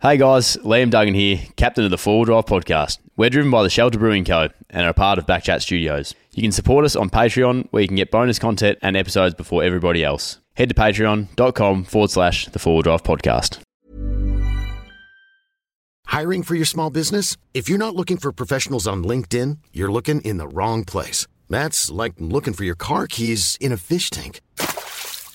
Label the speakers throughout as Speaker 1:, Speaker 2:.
Speaker 1: Hey guys, Liam Duggan here, captain of the Four Wheel Drive podcast. We're driven by the Shelter Brewing Co. and are a part of Backchat Studios. You can support us on Patreon, where you can get bonus content and episodes before everybody else. Head to patreon.com forward slash the Four Wheel Drive podcast.
Speaker 2: Hiring for your small business? If you're not looking for professionals on LinkedIn, you're looking in the wrong place. That's like looking for your car keys in a fish tank.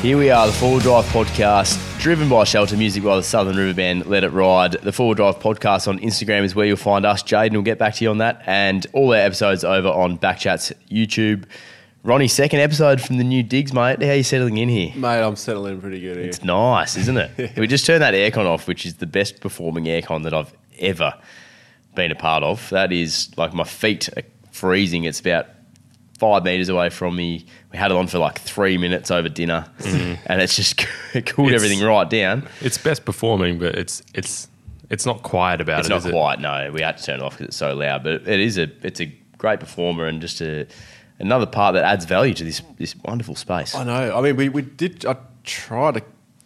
Speaker 1: Here we are, the Four Wheel Drive podcast, driven by Shelter Music by the Southern River Band, Let It Ride. The Four Wheel Drive podcast on Instagram is where you'll find us. Jaden will get back to you on that. And all our episodes over on Backchat's YouTube. Ronnie, second episode from the new digs, mate. How are you settling in here?
Speaker 3: Mate, I'm settling pretty good here.
Speaker 1: It's nice, isn't it? we just turned that aircon off, which is the best performing aircon that I've ever been a part of. That is like my feet are freezing. It's about five meters away from me. We had it on for like three minutes over dinner, and it's just it cooled
Speaker 4: Mm-hmm. It's-
Speaker 1: everything right down.
Speaker 4: It's best performing, but it's it's it's not quiet about
Speaker 1: It's
Speaker 4: it.
Speaker 1: not
Speaker 4: is it?
Speaker 1: quiet. No, we had to turn it off because it's so loud. But it is a it's a great performer and just a another part that adds value to this this wonderful space.
Speaker 3: I know. I mean, we, we did. I tried to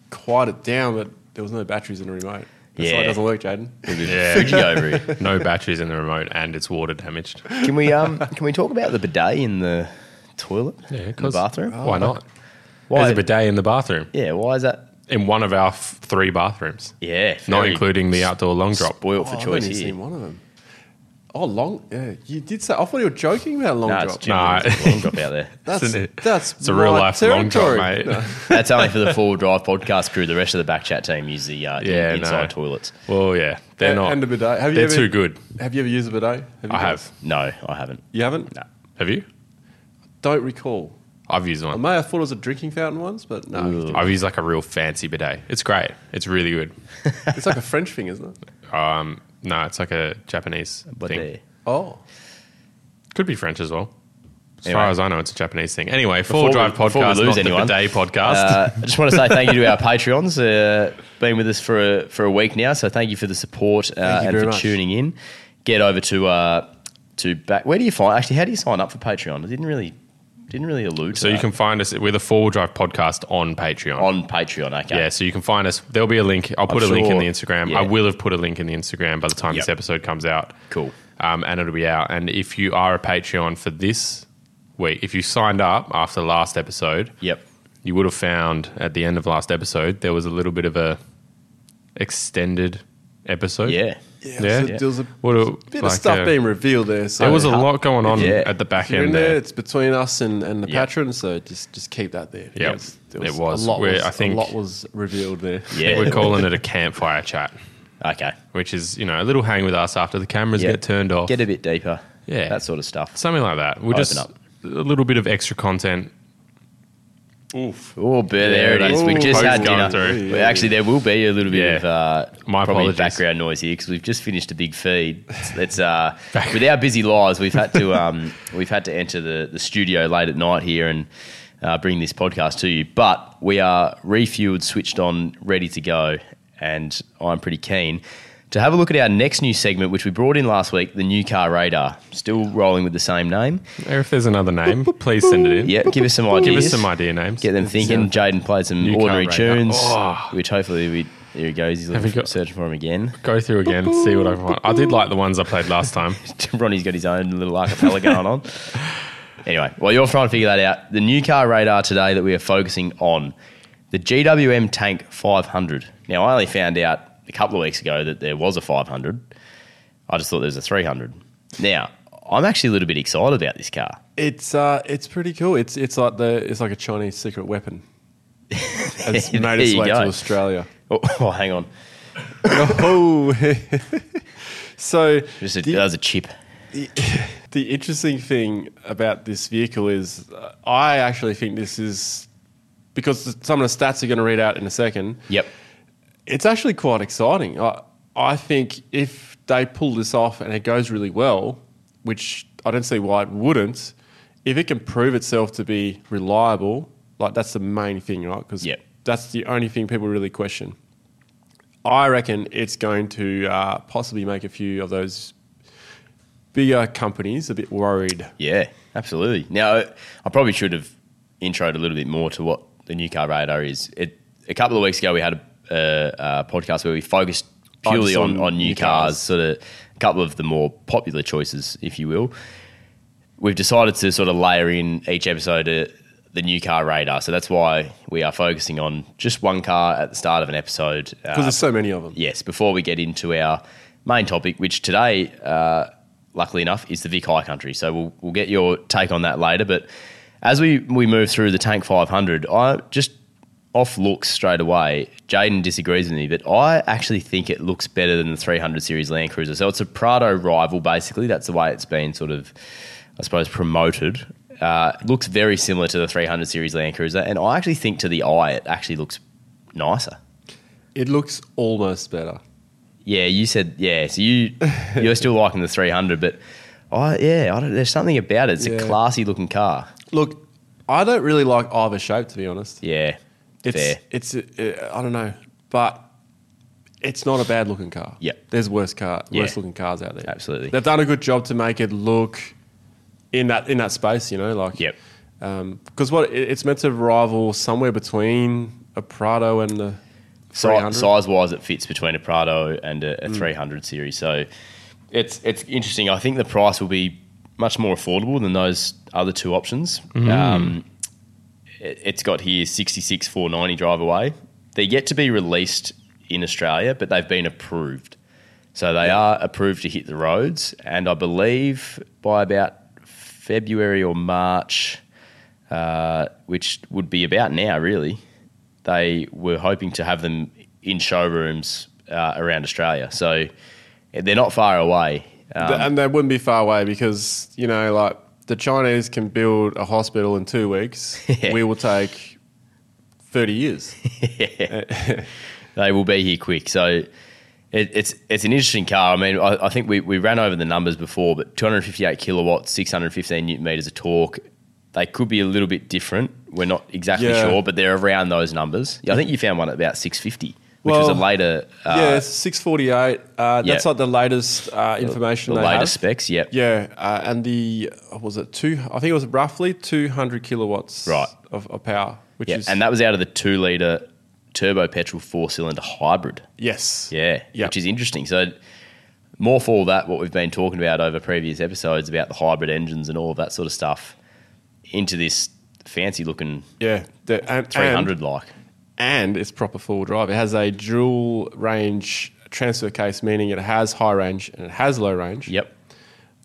Speaker 3: quiet it down, but there was no batteries in the remote. That's why
Speaker 1: Yeah.
Speaker 3: it doesn't work, Jaden.
Speaker 1: Fuji
Speaker 4: Yeah,
Speaker 1: over here.
Speaker 4: no batteries in the remote, and it's water damaged.
Speaker 1: Can we um can we talk about the bidet in the toilet? in the
Speaker 4: 'cause
Speaker 1: bathroom.
Speaker 4: Why not?
Speaker 1: Why-
Speaker 4: There's a bidet in the bathroom
Speaker 1: Yeah, why is that?
Speaker 4: in one of our f- three bathrooms,
Speaker 1: Yeah,
Speaker 4: not
Speaker 1: very
Speaker 4: including the outdoor long drop.
Speaker 1: spoiled
Speaker 3: Oh,
Speaker 1: for
Speaker 3: I've
Speaker 1: choice
Speaker 3: only
Speaker 1: here.
Speaker 3: seen one of them. Oh, long. Yeah, you did say. I thought you were joking about long
Speaker 1: No, it's
Speaker 3: drop.
Speaker 1: Jim
Speaker 4: Nah.
Speaker 1: Williams' long drop out there.
Speaker 3: That's
Speaker 4: Isn't it?
Speaker 3: that's
Speaker 4: It's a real
Speaker 3: my
Speaker 4: life long drop,
Speaker 3: territory.
Speaker 4: mate.
Speaker 1: That's only for the four-wheel drive podcast crew. The rest of the back chat team use the uh, in-
Speaker 4: Yeah, no.
Speaker 1: inside toilets.
Speaker 4: Well, yeah, they're
Speaker 3: And-
Speaker 4: not.
Speaker 3: and a bidet. Have you
Speaker 4: they're
Speaker 3: ever-
Speaker 4: too good.
Speaker 3: Have you ever used a bidet? you
Speaker 4: I
Speaker 3: guys?
Speaker 4: have.
Speaker 1: No, I haven't.
Speaker 3: You haven't?
Speaker 1: No.
Speaker 4: Have you?
Speaker 3: Don't recall.
Speaker 4: I've used
Speaker 3: I
Speaker 4: one.
Speaker 3: may have thought it was a drinking fountain once, but no.
Speaker 4: I've used like a real fancy bidet. It's great. It's really good.
Speaker 3: It's like a French thing, isn't it?
Speaker 4: Um, no, it's like a Japanese
Speaker 1: But
Speaker 4: thing.
Speaker 1: there.
Speaker 3: Oh.
Speaker 4: Could be French as well. As
Speaker 1: Anyway.
Speaker 4: far as I know, it's a Japanese thing. Anyway, four
Speaker 1: we-
Speaker 4: drive
Speaker 1: before we
Speaker 4: podcast,
Speaker 1: lose
Speaker 4: not
Speaker 1: anyone,
Speaker 4: the bidet podcast.
Speaker 1: Uh, I just want to say thank you to our Patreons. Uh, been with us for a, for a week now, so thank you for the support uh,
Speaker 3: you
Speaker 1: and
Speaker 3: very
Speaker 1: for
Speaker 3: much.
Speaker 1: tuning in. Get over to uh, to back. Where do you find actually? How do you sign up for Patreon? I didn't really didn't really allude. To
Speaker 4: so you
Speaker 1: that.
Speaker 4: can find us. We're the four wheel drive podcast on Patreon.
Speaker 1: on Patreon. Okay.
Speaker 4: yeah, so you can find us. There'll be a link. I'll put a link in
Speaker 1: sure-
Speaker 4: the Instagram.
Speaker 1: yeah.
Speaker 4: I will have put a link in the Instagram by the time this
Speaker 1: Yep.
Speaker 4: episode comes out.
Speaker 1: Cool.
Speaker 4: Um, and it'll be out. And if you are a Patreon for this week, if you signed up after last episode,
Speaker 1: Yep.
Speaker 4: you would have found at the end of last episode there was a little bit of a extended episode.
Speaker 1: Yeah.
Speaker 3: Yeah.
Speaker 4: Yeah.
Speaker 3: so there was a
Speaker 4: What a,
Speaker 3: bit
Speaker 4: like
Speaker 3: of stuff
Speaker 4: a-
Speaker 3: being revealed there. So
Speaker 4: There was a lot going on
Speaker 1: Yeah.
Speaker 4: at the
Speaker 3: If
Speaker 4: back
Speaker 3: you're in
Speaker 4: end
Speaker 3: there,
Speaker 4: there.
Speaker 3: It's between us and, and the
Speaker 1: Yeah.
Speaker 3: patron, so just just keep that there.
Speaker 4: Yeah.
Speaker 3: Because there
Speaker 4: It was.
Speaker 3: A lot
Speaker 4: We're-
Speaker 3: was,
Speaker 4: I think-
Speaker 3: a lot was revealed there.
Speaker 1: Yeah.
Speaker 4: We're calling it a campfire chat,
Speaker 1: Okay.
Speaker 4: which is you know a little hang with us after the cameras
Speaker 1: Yeah.
Speaker 4: get turned off,
Speaker 1: Get a bit deeper.
Speaker 4: Yeah.
Speaker 1: That sort of stuff.
Speaker 4: something like that. We're
Speaker 1: Open
Speaker 4: just
Speaker 1: up.
Speaker 4: a little bit of extra content.
Speaker 1: Oh, but there it
Speaker 4: Yeah,
Speaker 1: is. We
Speaker 4: that's
Speaker 1: just
Speaker 4: both
Speaker 1: had dinner.
Speaker 4: gone through.
Speaker 1: Well, actually, there will be a little bit
Speaker 4: Yeah.
Speaker 1: of uh,
Speaker 4: My
Speaker 1: probably
Speaker 4: apologies.
Speaker 1: background noise here because we've just finished a big feed. It's uh, with our busy lives, we've had to um, we've had to enter the, the studio late at night here and uh, bring this podcast to you. But we are refueled, switched on, ready to go, and I'm pretty keen. To have a look at our next new segment, which we brought in last week, the new car radar, still rolling with the same name.
Speaker 4: Or if there's another name, please send it in.
Speaker 1: Yeah, give us some ideas.
Speaker 4: Give us some idea names.
Speaker 1: Get them thinking. Jaden played some
Speaker 4: You can't
Speaker 1: ordinary
Speaker 4: rate that.
Speaker 1: tunes,
Speaker 4: Oh.
Speaker 1: which hopefully we. Here he goes. He's
Speaker 4: Have
Speaker 1: looking
Speaker 4: you
Speaker 1: for,
Speaker 4: got-
Speaker 1: searching for him again.
Speaker 4: Go through again, see what I can find. I did like the ones I played last time.
Speaker 1: Ronnie's got his own little acapella going on. Anyway, while you're trying to figure that out, the new car radar today that we are focusing on, the GWM Tank 500. Now, I only found out a couple of weeks ago that there was a 500. I just thought there was a 300. Now, I'm actually a little bit excited about this car.
Speaker 3: It's uh, it's pretty cool. It's it's like the it's like a Chinese secret weapon. It's
Speaker 1: There
Speaker 3: made its
Speaker 1: you
Speaker 3: way
Speaker 1: go.
Speaker 3: to Australia.
Speaker 1: Oh, oh, hang on.
Speaker 3: oh, so
Speaker 1: Just a,
Speaker 3: the-
Speaker 1: that was a chip.
Speaker 3: The interesting thing about this vehicle is, uh, I actually think this is because some of the stats are going to read out in a second.
Speaker 1: Yep.
Speaker 3: It's actually quite exciting. I, I think if they pull this off and it goes really well, which I don't see why it wouldn't, if it can prove itself to be reliable, like that's the main thing, right? Because
Speaker 1: Yep.
Speaker 3: that's the only thing people really question. I reckon it's going to uh, possibly make a few of those bigger companies a bit worried.
Speaker 1: Yeah, absolutely. Now, I probably should have introed a little bit more to what the new car radar is. It, a couple of weeks ago, we had a, uh, a, a podcast where we focused
Speaker 3: Oh,
Speaker 1: purely
Speaker 3: just
Speaker 1: on,
Speaker 3: on
Speaker 1: on, new
Speaker 3: new
Speaker 1: cars,
Speaker 3: cars.
Speaker 1: sort of a couple of the more popular choices, if you will. We've decided to sort of layer in each episode uh the new car radar. So that's why we are focusing on just one car at the start of an episode.
Speaker 3: Because
Speaker 1: Uh,
Speaker 3: there's so many of them.
Speaker 1: yes, before we get into our main topic, which today, uh, luckily enough, is the Vic High Country. So we'll, we'll get your take on that later. But as we, we move through the Tank 500, I just off looks straight away. Jaden disagrees with me, but I actually think it looks better than the 300 series Land Cruiser. So it's a Prado rival, basically. That's the way it's been sort of, I suppose, promoted. Uh, it looks very similar to the 300 series Land Cruiser, and I actually think to the eye it actually looks nicer.
Speaker 3: It looks almost better.
Speaker 1: Yeah, you said yeah. So you you're still liking the 300, but I yeah, I don't, there's something about it. It's
Speaker 3: Yeah.
Speaker 1: a classy looking car.
Speaker 3: Look, I don't really like either shape, to be honest.
Speaker 1: Yeah,
Speaker 3: It's,
Speaker 1: fair.
Speaker 3: it's uh, I don't know, but it's not a bad looking car.
Speaker 1: Yeah.
Speaker 3: there's worse car,
Speaker 1: Yeah.
Speaker 3: worse looking cars out there.
Speaker 1: Absolutely.
Speaker 3: they've done a good job to make it look in that in that space. You know, like
Speaker 1: Yep.
Speaker 3: because what it, it's meant to rival somewhere between a Prado and the
Speaker 1: Si-
Speaker 3: 300.
Speaker 1: size wise, it fits between a Prado and a, a 300 series. So it's it's interesting. I think the price will be much more affordable than those other two options. Um, it, it's got here 66 490 drive away. They're yet to be released in Australia, but they've been approved. So they are approved to hit the roads, and I believe by about February or March, uh, which would be about now, really. They were hoping to have them in showrooms uh, around Australia, so they're not far away. Um,
Speaker 3: Th- and they wouldn't be far away because you know, like the Chinese can build a hospital in two weeks. We will take thirty years.
Speaker 1: they will be here quick. So it, it's it's an interesting car. I mean, I, I think we, we ran over the numbers before, but 258 kilowatts, 615 newton meters of torque. They could be a little bit different. We're not exactly
Speaker 3: Yeah.
Speaker 1: sure, but they're around those numbers. Yeah, I think you found one at about 650, which was a
Speaker 3: Well,
Speaker 1: later uh,
Speaker 3: yeah, it's six forty eight. Uh, that's
Speaker 1: yeah.
Speaker 3: like the latest uh, information.
Speaker 1: the
Speaker 3: they
Speaker 1: later
Speaker 3: have.
Speaker 1: specs. Yep.
Speaker 3: Yeah, uh, and the what was it two? I think it was roughly two hundred kilowatts
Speaker 1: Right.
Speaker 3: of, of power, which
Speaker 1: Yeah,
Speaker 3: is
Speaker 1: and that was out of the two liter turbo petrol four cylinder hybrid.
Speaker 3: yes,
Speaker 1: Yeah,
Speaker 3: Yeah.
Speaker 1: which is interesting. So, more for all that, what we've been talking about over previous episodes about the hybrid engines and all of that sort of stuff, into this fancy looking
Speaker 3: yeah, the, and,
Speaker 1: 300
Speaker 3: and,
Speaker 1: like.
Speaker 3: and it's proper four wheel drive. It has a dual range transfer case, meaning it has high range and it has low range.
Speaker 1: Yep.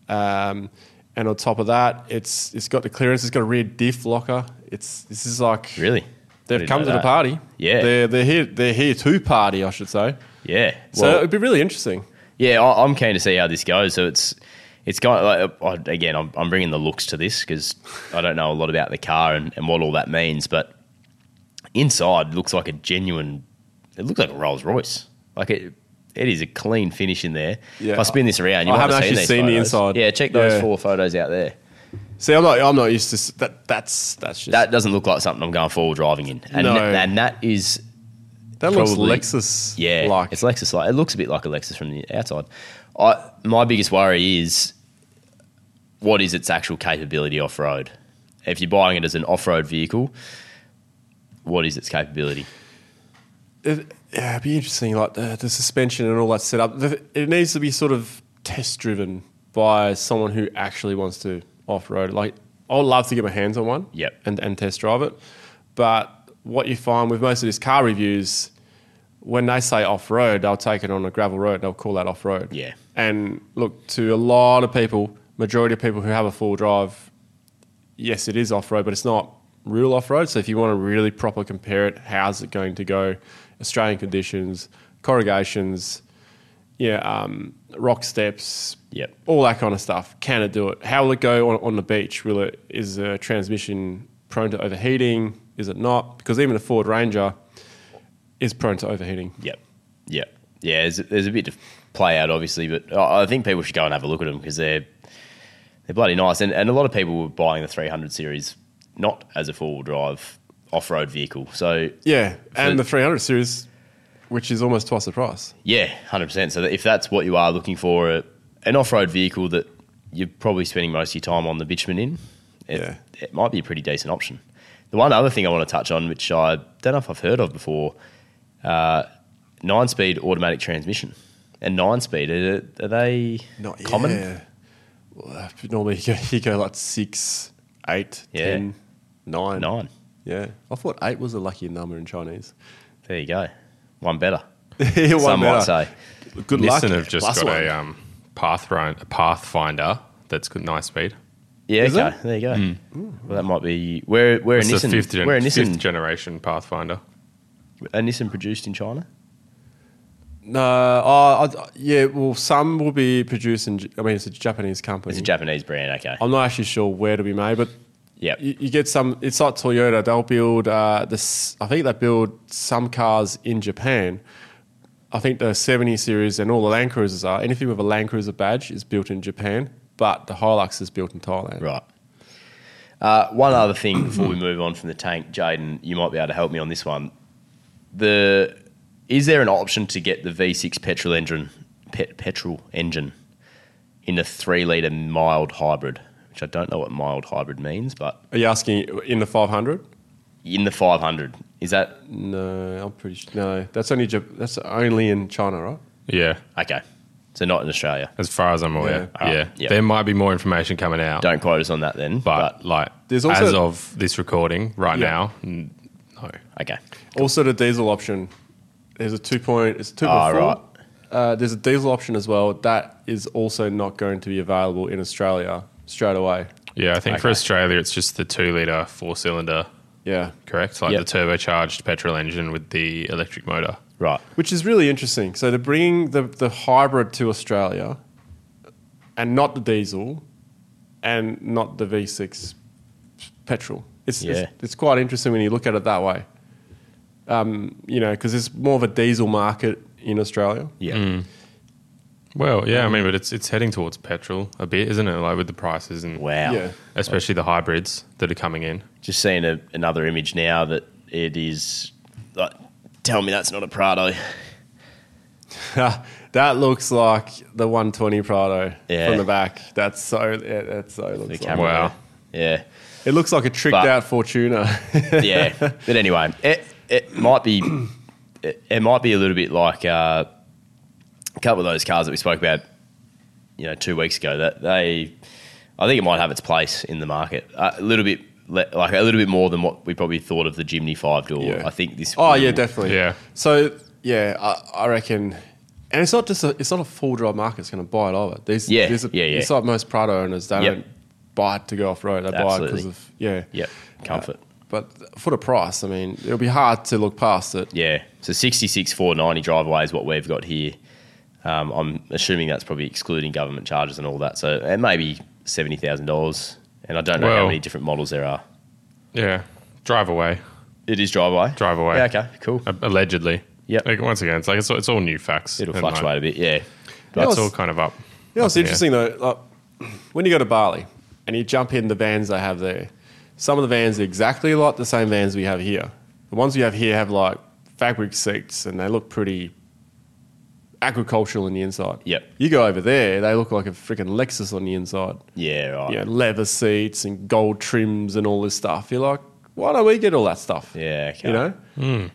Speaker 3: Um, and on top of that, it's it's got the clearance. It's got a rear diff locker. It's this is like
Speaker 1: Really? I
Speaker 3: They've
Speaker 1: didn't
Speaker 3: come
Speaker 1: know
Speaker 3: to the
Speaker 1: that.
Speaker 3: party.
Speaker 1: Yeah.
Speaker 3: they're they're here they're here to party, I should say.
Speaker 1: Yeah.
Speaker 3: So it'd be really interesting.
Speaker 1: Yeah, I, I'm keen to see how this goes. So it's it's kind of like I, again, I'm, I'm bringing the looks to this because I don't know a lot about the car and, and what all that means. But inside looks like a genuine. It looks like a Rolls Royce. Like it, it is a clean finish in there.
Speaker 3: Yeah.
Speaker 1: if I spin this around, you
Speaker 3: I
Speaker 1: might
Speaker 3: haven't
Speaker 1: have seen
Speaker 3: actually
Speaker 1: these
Speaker 3: seen the
Speaker 1: photos.
Speaker 3: inside.
Speaker 1: Yeah, check those
Speaker 3: Yeah.
Speaker 1: four photos out there.
Speaker 3: See, I'm not I'm not used to s- that. That's that's just
Speaker 1: That doesn't look like something I'm going forward driving in. And,
Speaker 3: No.
Speaker 1: and that is
Speaker 3: That
Speaker 1: Probably.
Speaker 3: looks Lexus.
Speaker 1: Yeah,
Speaker 3: like
Speaker 1: it's Lexus like. It looks a bit like a Lexus from the outside. I, my biggest worry is what is its actual capability off road? If you're buying it as an off road vehicle, what is its capability?
Speaker 3: it, yeah, it'd be interesting. Like the, the suspension and all that setup. The, it needs to be sort of test driven by someone who actually wants to off road. Like I'd love to get my hands on one.
Speaker 1: Yep.
Speaker 3: and and test drive it. But what you find with most of these car reviews, when they say off road, they'll take it on a gravel road. They'll call that off road.
Speaker 1: Yeah.
Speaker 3: And look, to a lot of people, majority of people who have a full drive, yes, it is off road, but it's not real off road. So if you want to really proper compare it, how's it going to go? Australian conditions, corrugations, yeah, um, rock steps,
Speaker 1: Yep.
Speaker 3: all that kind of stuff. Can it do it? How will it go on, on the beach? Will it is the transmission prone to overheating? Is it not? Because even a Ford Ranger is prone to overheating.
Speaker 1: Yep. Yep. Yeah, there's, there's a bit to play out, obviously, but I I think people should go and have a look at them because they're they're bloody nice. And, and a lot of people were buying the 300 series not as a four wheel drive off road vehicle. So
Speaker 3: Yeah, and
Speaker 1: So-
Speaker 3: the 300 series, which is almost twice the price.
Speaker 1: yeah, hundred percent. So that if that's what you are looking for, a, an off road vehicle that you're probably spending most of your time on the bitumen in, it,
Speaker 3: Yeah.
Speaker 1: it might be a pretty decent option. The one other thing I want to touch on, which I don't know if I've heard of before, uh, nine speed automatic transmission. And nine speed are, are they common?
Speaker 3: Yeah. Well, uh, Normally you go, you go like six, eight,
Speaker 1: Yeah.
Speaker 3: ten, nine.
Speaker 1: Nine.
Speaker 3: Yeah, I thought eight was a lucky number in Chinese.
Speaker 1: There you go. One better.
Speaker 3: One
Speaker 1: some might
Speaker 3: better.
Speaker 1: say.
Speaker 3: Good luck.
Speaker 4: Nissan have just
Speaker 3: Plus
Speaker 4: got
Speaker 1: uh,
Speaker 3: one.
Speaker 4: a um, Pathfinder, a Pathfinder that's good, nice speed.
Speaker 1: Yeah,
Speaker 3: Is
Speaker 1: okay.
Speaker 3: it?
Speaker 1: There you go. Well, that might be where where a
Speaker 4: It's
Speaker 1: Nissan,
Speaker 4: Hmm. the fifth, gen-
Speaker 1: where a Nissan,
Speaker 4: fifth generation Pathfinder.
Speaker 1: a Nissan produced in China.
Speaker 3: No, oh, I, yeah. Well, some will be produced in. J- I mean, it's a Japanese company.
Speaker 4: Hmm.
Speaker 1: It's a Japanese brand. Okay.
Speaker 3: I'm not actually sure where to be made, but
Speaker 1: Yep.
Speaker 3: you, you get some. It's like Toyota. They'll build uh, this. I think they build some cars in Japan. I think the 70 series and all the Land Cruisers are. Anything with a Land Cruiser badge is built in Japan, but the Hilux is built in Thailand.
Speaker 1: Right. Uh, one other thing before we move on from the tank, Jaden, you might be able to help me on this one. The is there an option to get the V6 petrol engine, pet, petrol engine, in a three liter mild hybrid? Which I don't know what mild hybrid means, but
Speaker 3: Are you asking in the 500?
Speaker 1: in the 500, is that
Speaker 3: No, I'm pretty sure. No, that's only Ja- that's only in China, right?
Speaker 4: Yeah,
Speaker 1: okay? So not in Australia.
Speaker 4: as far as I'm aware.
Speaker 1: Yeah.
Speaker 4: Yeah,
Speaker 1: Alright, yeah.
Speaker 4: there might be more information coming out,
Speaker 1: Don't quote us on that then.
Speaker 4: but,
Speaker 1: But,
Speaker 4: like
Speaker 3: There's
Speaker 4: as
Speaker 3: also-
Speaker 4: of this recording right
Speaker 3: Yeah.
Speaker 4: now, n- no.
Speaker 1: okay,
Speaker 3: Also, the diesel option. There's a two point. It's two
Speaker 1: Ah,
Speaker 3: point four.
Speaker 1: right.
Speaker 3: Uh, there's a diesel option as well. That is also not going to be available in Australia straight away.
Speaker 4: Yeah, I think for
Speaker 1: Okay.
Speaker 4: Australia, it's just the two liter four cylinder,
Speaker 3: Yeah,
Speaker 4: correct? Like
Speaker 1: Yep.
Speaker 4: the turbocharged petrol engine with the electric motor.
Speaker 1: right,
Speaker 3: which is really interesting. So they're bringing the the hybrid to Australia, and not the diesel, and not the V6 petrol. It's
Speaker 1: Yeah.
Speaker 3: it's, it's quite interesting when you look at it that way. Um, you know, because it's more of a diesel market in Australia.
Speaker 1: yeah,
Speaker 4: Well, yeah, I mean, but it's it's heading towards petrol a bit, isn't it? Like with the prices and
Speaker 1: wow.
Speaker 3: Yeah.
Speaker 4: especially the hybrids that are coming in.
Speaker 1: just seeing a, another image now that it is. Like, tell me that's not a Prado.
Speaker 3: that looks like the 120 Prado
Speaker 1: Yeah.
Speaker 3: from the back. That's so. Yeah, that's so. Looks like.
Speaker 1: camera.
Speaker 4: Wow.
Speaker 1: Yeah,
Speaker 3: It looks like a tricked
Speaker 1: But-
Speaker 3: out Fortuna.
Speaker 1: yeah. but anyway, it it might be it, it might be a little bit like uh, a couple of those cars that we spoke about, you know, two weeks ago. That they, I think it might have its place in the market a little bit. le- Like a little bit more than what we probably thought of the Jimny five door.
Speaker 3: Yeah.
Speaker 1: I think this.
Speaker 3: oh yeah,
Speaker 1: will-
Speaker 3: definitely.
Speaker 4: Yeah.
Speaker 3: So yeah, I, I reckon, and it's not just a, it's not a full drive market. It's going to buy it either. There's,
Speaker 1: Yeah,
Speaker 3: there's a,
Speaker 1: yeah, yeah.
Speaker 3: It's like most Prado owners. They
Speaker 1: Yep.
Speaker 3: don't buy it to go off road. They buy it
Speaker 1: Absolutely.
Speaker 3: because of yeah. Uh,
Speaker 1: Yep, comfort.
Speaker 3: But for the price, I mean, it'll be hard to look past it.
Speaker 1: Yeah. So 66 490 driveway is what we've got here. Um, I'm assuming that's probably excluding government charges and all that. So and maybe seventy thousand dollars. And I don't know how
Speaker 4: Well-
Speaker 1: many different models there are.
Speaker 4: Yeah, drive away,
Speaker 1: It is driveway.
Speaker 4: drive away.
Speaker 1: Yeah, okay, cool.
Speaker 4: A- allegedly.
Speaker 1: Yep.
Speaker 4: Like, once again, it's like it's, all- it's all new facts.
Speaker 1: It'll
Speaker 4: and, like,
Speaker 1: fluctuate a bit. Yeah.
Speaker 3: Yeah,
Speaker 4: That's
Speaker 3: it's-
Speaker 4: all kind of up.
Speaker 3: You know, it's
Speaker 4: up in the air.
Speaker 3: interesting though. Like, when you go to Bali and you jump in the vans they have there, some of the vans are exactly like the same vans we have here. The ones we have here have like fabric seats and they look pretty agricultural on the inside.
Speaker 1: Yep.
Speaker 3: You go over there, they look like a freaking Lexus on the inside.
Speaker 1: Yeah, right.
Speaker 3: You
Speaker 1: Yeah.
Speaker 3: know, leather seats and gold trims and all this stuff. You're like, why don't we get all that stuff?
Speaker 1: okay.
Speaker 3: You know,
Speaker 4: Hmm.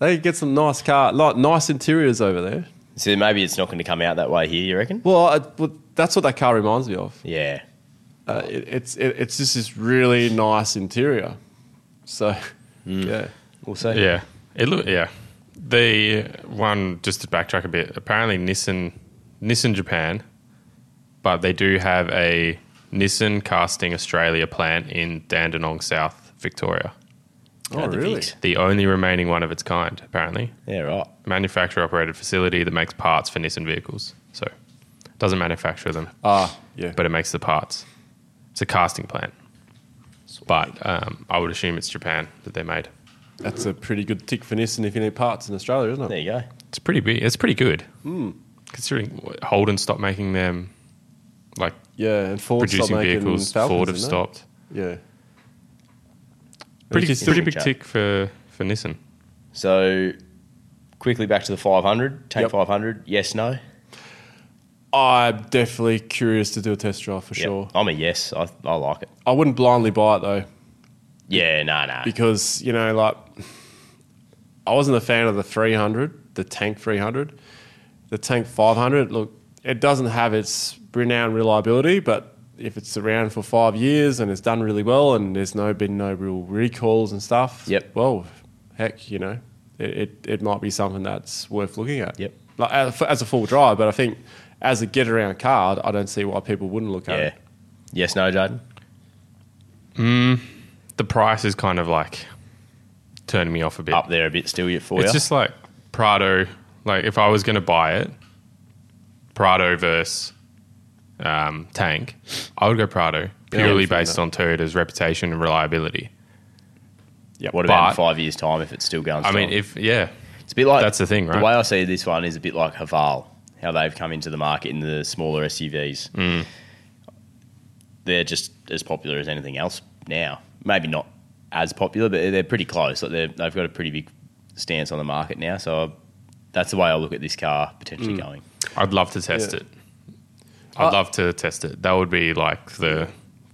Speaker 3: they get some nice car, like nice interiors over there.
Speaker 1: So maybe it's not going to come out that way here, you reckon?
Speaker 3: Well, I, well that's what that car reminds me of.
Speaker 1: Yeah.
Speaker 3: uh, it, it's it, it's just this really nice interior. So yeah,
Speaker 4: Hmm.
Speaker 1: We'll see.
Speaker 4: Yeah. It look yeah. The one, just to backtrack a bit, apparently Nissan, Nissan Japan, but they do have a Nissan Casting Australia plant in Dandenong South, Victoria.
Speaker 3: Oh,
Speaker 1: the
Speaker 3: really?
Speaker 1: Viet.
Speaker 4: The only remaining one of its kind, apparently.
Speaker 1: Yeah, right.
Speaker 4: Manufacturer operated facility that makes parts for Nissan vehicles. So, doesn't manufacture them,
Speaker 3: Ah, yeah.
Speaker 4: but it makes the parts. It's a casting plant. But um, I would assume it's Japan that they made.
Speaker 3: That's a pretty good tick for Nissan if you need parts in Australia, isn't
Speaker 1: There
Speaker 3: it?
Speaker 1: you go.
Speaker 4: It's pretty big. It's pretty good.
Speaker 3: Hmm.
Speaker 4: Considering Holden stopped making them, like
Speaker 3: Yeah, and Ford stopped
Speaker 4: producing
Speaker 3: making
Speaker 4: vehicles,
Speaker 3: Falcons,
Speaker 4: Ford have
Speaker 3: didn't they?
Speaker 4: stopped.
Speaker 3: Yeah.
Speaker 4: Pretty,
Speaker 3: It's just-
Speaker 4: pretty big
Speaker 1: chat.
Speaker 4: tick for, for Nissan.
Speaker 1: So quickly back to the 500. Take
Speaker 3: Yep.
Speaker 1: 500. Yes, no. Yep.
Speaker 3: I'm definitely curious to do a test drive for sure.
Speaker 1: I'm a yes. I, I like it.
Speaker 3: I wouldn't blindly buy it though,
Speaker 1: Yeah, no, nah, no. Nah.
Speaker 3: because you know, like, I wasn't a fan of the 300, the Tank 300, the Tank 500. Look, it doesn't have its renowned reliability, but if it's around for five years and it's done really well, and there's no been no real recalls and stuff,
Speaker 1: Yep.
Speaker 3: Well, heck, you know, it, it it might be something that's worth looking at.
Speaker 1: Yep.
Speaker 3: Like as as a full drive, but I think as a get around car, I don't see why people wouldn't look at
Speaker 1: Yeah.
Speaker 3: it.
Speaker 1: Yes, no, Jaden.
Speaker 4: The price is kind of like turning me off a bit.
Speaker 1: Up there a bit still yet for
Speaker 4: It's
Speaker 1: you.
Speaker 4: just like Prado. Like if I was going to buy it, Prado versus um, Tank, I would go Prado purely
Speaker 3: fair
Speaker 4: based on Toyota's reputation and reliability.
Speaker 1: what about in
Speaker 4: but-
Speaker 1: five years' time if it's still going?
Speaker 4: I
Speaker 1: Strong?
Speaker 4: mean, if yeah,
Speaker 1: it's a bit like
Speaker 4: that's the thing,
Speaker 1: The
Speaker 4: right?
Speaker 1: way I see this one is a bit like Haval, how they've come into the market in the smaller SUVs.
Speaker 4: Mm.
Speaker 1: They're just as popular as anything else now. Maybe not as popular, but they're pretty close. Like they're- they've got a pretty big stance on the market now. So I, that's the way I look at this car potentially
Speaker 4: Mm.
Speaker 1: going.
Speaker 4: I'd love to test
Speaker 3: Yeah.
Speaker 4: it. I'd love to test it. That would be like the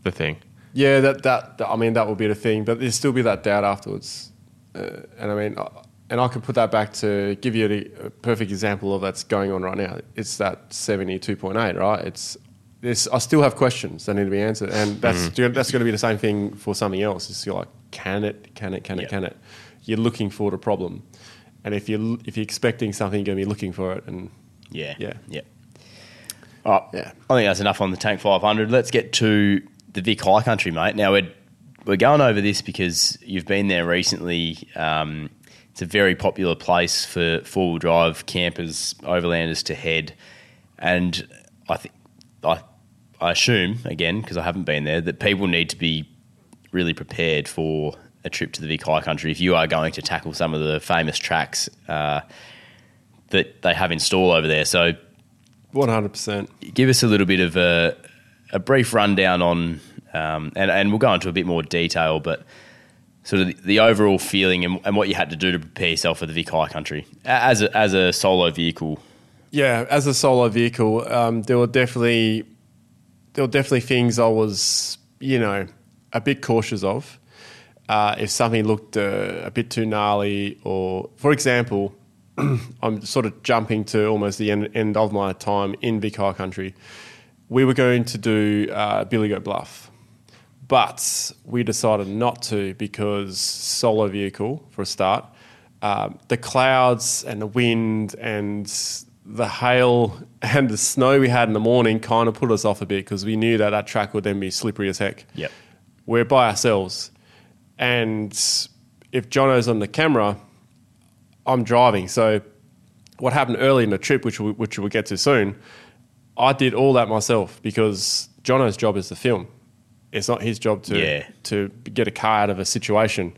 Speaker 4: the thing.
Speaker 3: Yeah, that, that that- I mean that would be the thing, but there'd still be that doubt afterwards. Uh, and I mean, I, and I could put that back to give you a, a perfect example of that's going on right now. It's that seventy two point eight, right? It's this. I still have questions that need to be answered, and that's that's going to be the same thing for something else. It's you're like, can it? Can it? Can it?
Speaker 1: Yeah.
Speaker 3: Can it? You're looking for a problem, and if you if you're expecting something, you're going to be looking for it, and
Speaker 1: Yeah.
Speaker 3: Yeah.
Speaker 1: Yeah. All right.
Speaker 3: Yeah.
Speaker 1: I think that's enough on the Tank 500. Let's get to the Vic High Country, mate. Now, we're, we're going over this because you've been there recently. Um, it's a very popular place for four wheel drive campers, overlanders to head. And I think, I, I assume, again, because I haven't been there, that people need to be really prepared for a trip to the Vic High Country if you are going to tackle some of the famous tracks uh, that they have in store over there. So
Speaker 3: one hundred percent.
Speaker 1: give us a little bit of a, a brief rundown on, um, and, and we'll go into a bit more detail, but sort of the, the overall feeling and, and what you had to do to prepare yourself for the Vic High Country A- as a, as a solo vehicle.
Speaker 3: yeah, as a solo vehicle, um, there were definitely there were definitely things I was, you know, a bit cautious of. Uh, if something looked uh, a bit too gnarly, or for example, I'm sort of jumping to almost the end, end of my time in Vic High Country. We were going to do uh, Billy Go Bluff, but we decided not to because solo vehicle for a start. Um, the clouds and the wind and the hail and the snow we had in the morning kind of put us off a bit because we knew that that track would then be slippery as heck.
Speaker 1: Yep.
Speaker 3: We're by ourselves. And if Jono's on the camera, I'm driving. So what happened early in the trip, which we, which we'll get to soon, I did all that myself because Jono's job is to film. It's not his job to
Speaker 1: Yeah.
Speaker 3: to get a car out of a situation.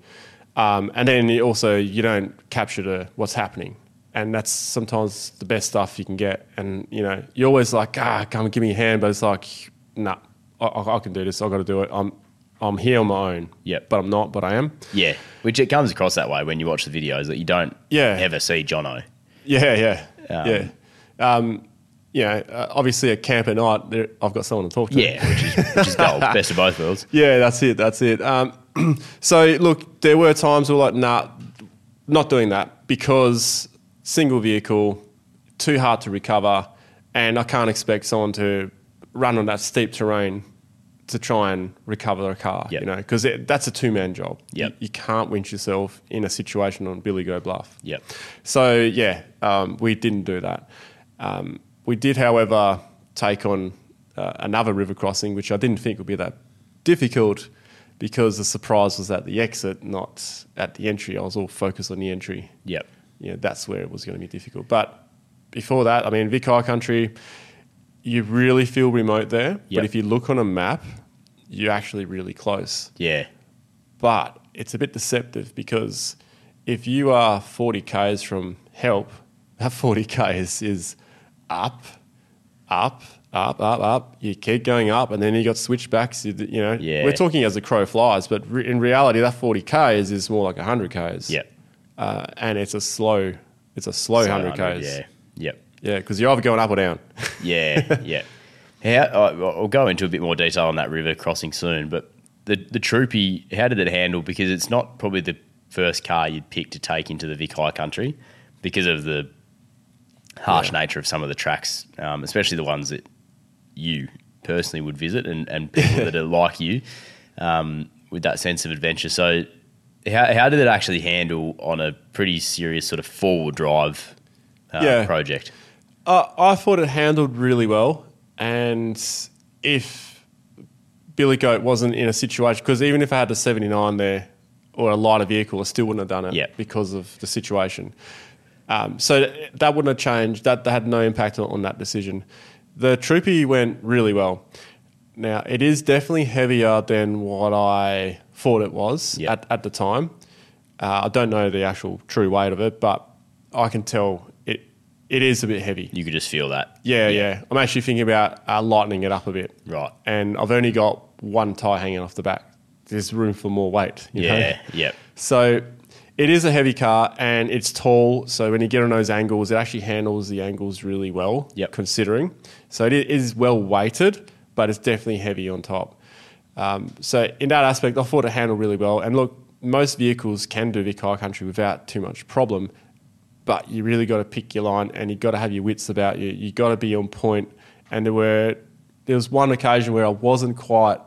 Speaker 3: Um, and then you also you don't capture the, what's happening. And that's sometimes the best stuff you can get. And you know, you're always like, ah, come give me a hand, but it's like, nah, I, I I can do this. I got to do it. I'm I'm here on my own.
Speaker 1: Yep.
Speaker 3: but I'm not, but I am.
Speaker 1: Yeah, which it comes across that way when you watch the videos that you don't
Speaker 3: Yeah.
Speaker 1: ever see Jono.
Speaker 3: Yeah, yeah,
Speaker 1: Um,
Speaker 3: yeah. Um, you know, uh, obviously a camp at night, there, I've got someone to talk to.
Speaker 1: Yeah, which is, which is gold. Best of both worlds.
Speaker 3: Yeah, that's it. That's it. Um, so look, there were times we were like, nah, not doing that because single vehicle, too hard to recover, and I can't expect someone to run on that steep terrain to try and recover a car,
Speaker 1: Yep.
Speaker 3: you know, because that's a two man job.
Speaker 1: Yep.
Speaker 3: You, you can't winch yourself in a situation on Billy Go Bluff.
Speaker 1: Yep.
Speaker 3: So, yeah, um, we didn't do that. Um, we did, however, take on uh, another river crossing, which I didn't think would be that difficult because the surprise was at the exit, not at the entry. I was all focused on the entry
Speaker 1: Yep.
Speaker 3: you know, that's where it was going to be difficult. But before that, I mean, Vic High Country, you really feel remote there.
Speaker 1: Yep.
Speaker 3: But if you look on a map, you're actually really close.
Speaker 1: Yeah.
Speaker 3: But it's a bit deceptive because if you are 40 Ks from help, that 40 Ks is up, up, up, up, up. You keep going up, and then you got switchbacks. You, d- you know,
Speaker 1: Yeah.
Speaker 3: we're talking as the crow flies, but re- in reality, that 40 Ks is more like 100 Ks
Speaker 1: Yep.
Speaker 3: uh, and it's a slow, it's a slow
Speaker 1: So,
Speaker 3: hundred k's.
Speaker 1: Yeah. Yep.
Speaker 3: yeah, because you're either going up or down.
Speaker 1: Yeah, yeah. How, I- I'll go into a bit more detail on that river crossing soon, but the the Troopy, how did it handle? Because it's not probably the first car you'd pick to take into the Vic High Country because of the harsh nature of some of the tracks, um, especially the ones that you personally would visit and, and people that are like you um, with that sense of adventure. So, how, how did it actually handle on a pretty serious sort of forward drive uh,
Speaker 3: Yeah.
Speaker 1: project?
Speaker 3: Uh, I thought it handled really well, and if Billy Goat wasn't in a situation, because even if I had a 79 there or a lighter vehicle, I still wouldn't have done it
Speaker 1: Yeah.
Speaker 3: because of the situation. Um, so th- that wouldn't have changed. That, that had no impact on, on that decision. The Troopy went really well. Now, it is definitely heavier than what I thought it was
Speaker 1: Yeah.
Speaker 3: at, at the time. Uh, I don't know the actual true weight of it, but I can tell it, it is a bit heavy.
Speaker 1: You could just feel that.
Speaker 3: Yeah, yeah. I'm actually thinking about uh, lightening it up a bit.
Speaker 1: Right.
Speaker 3: And I've only got one tie hanging off the back. There's room for more weight. You Know?
Speaker 1: Yeah, yep.
Speaker 3: So it is a heavy car and it's tall. So when you get on those angles, it actually handles the angles really well,
Speaker 1: Yep.
Speaker 3: considering. So it i- is well weighted, but it's definitely heavy on top. Um, so in that aspect, I thought it handled really well. And look, most vehicles can do Vic High Country without too much problem, but you really got to pick your line and you got to have your wits about you. You got to be on point. And there were there was one occasion where I wasn't quite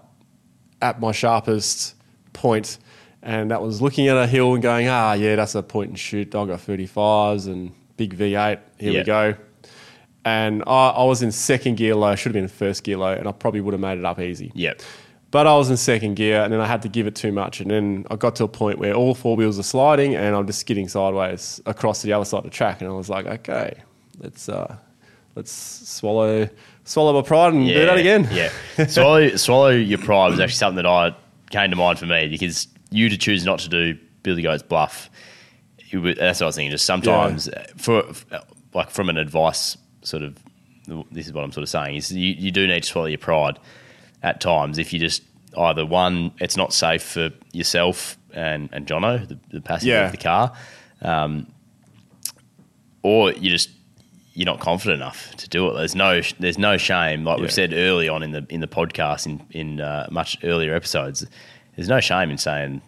Speaker 3: at my sharpest point, and that was looking at a hill and going, ah, yeah, that's a point and shoot. I got 35s and big V8. Here
Speaker 1: Yeah.
Speaker 3: we go. And I, I was in second gear low, should have been in first gear low, and I probably would have made it up easy.
Speaker 1: Yep.
Speaker 3: But I was in second gear, and then I had to give it too much, and then I got to a point where all four wheels are sliding, and I'm just skidding sideways across to the other side of the track, and I was like, okay, let's uh, let's swallow swallow my pride and do that again.
Speaker 1: Yeah. swallow, swallow your pride was actually something that I came to mind for me because you to choose not to do Billy Goat's bluff. It was, that's what I was thinking. Just sometimes, uh, for f- uh, like from an advice sort of, this is what I'm sort of saying is you, you do need to swallow your pride at times if you just either one, it's not safe for yourself and and Jono, the, the passenger
Speaker 3: Yeah.
Speaker 1: of the car, um, or you just you're not confident enough to do it. There's no there's no shame, like
Speaker 3: Yeah.
Speaker 1: we've said early on in the in the podcast in in uh, much earlier episodes. There's no shame in saying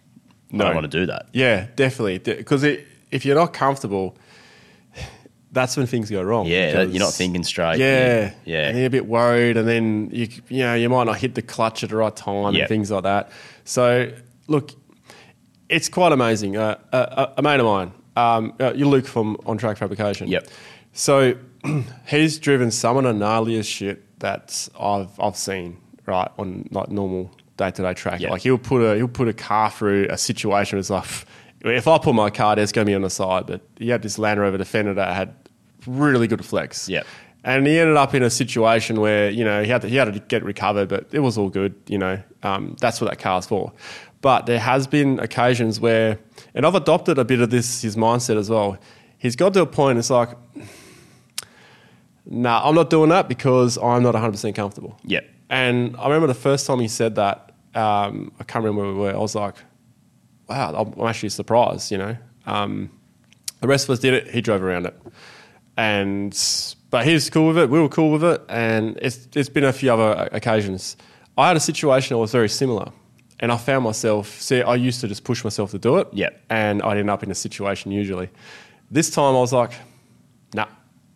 Speaker 1: I
Speaker 3: No.
Speaker 1: don't want to do that.
Speaker 3: Yeah, definitely. Because it, if you're not comfortable, that's when things go wrong.
Speaker 1: Yeah, that- you're not
Speaker 3: because-
Speaker 1: thinking straight.
Speaker 3: Yeah,
Speaker 1: You- yeah.
Speaker 3: And you're a bit worried, and then you c- you know you might not hit the clutch at the right time
Speaker 1: Yeah.
Speaker 3: and things like that. So look, it's quite amazing. Uh, a, a, a mate of mine, um, uh, you Luke from On Track Fabrication.
Speaker 1: Yep.
Speaker 3: So he's driven some of the gnarliest shit that I've I've seen right on like normal day to day track.
Speaker 1: Yeah.
Speaker 3: Like he'll put a he'll put a car through a situation. It's like if I put my car, there's going to be on the side. But he had this Land Rover Defender that had really good flex.
Speaker 1: Yep.
Speaker 3: And he ended up in a situation where you know he had to, he had to get recovered, but it was all good. You know, um, that's what that car's for. But there has been occasions where, and I've adopted a bit of this his mindset as well. He's got to a point. It's like, nah, I'm not doing that because I'm not 100 percent comfortable.
Speaker 1: Yep.
Speaker 3: And I remember the first time he said that. Um, I can't remember where we were. I was like, wow, I'm I'm actually surprised. You know, um, the rest of us did it. He drove around it, and but he was cool with it. We were cool with it, and it's it's been a few other occasions. I had a situation that was very similar, and I found myself. See, I used to just push myself to do it.
Speaker 1: Yeah.
Speaker 3: and I'd end up in a situation usually. This time I was like, nah,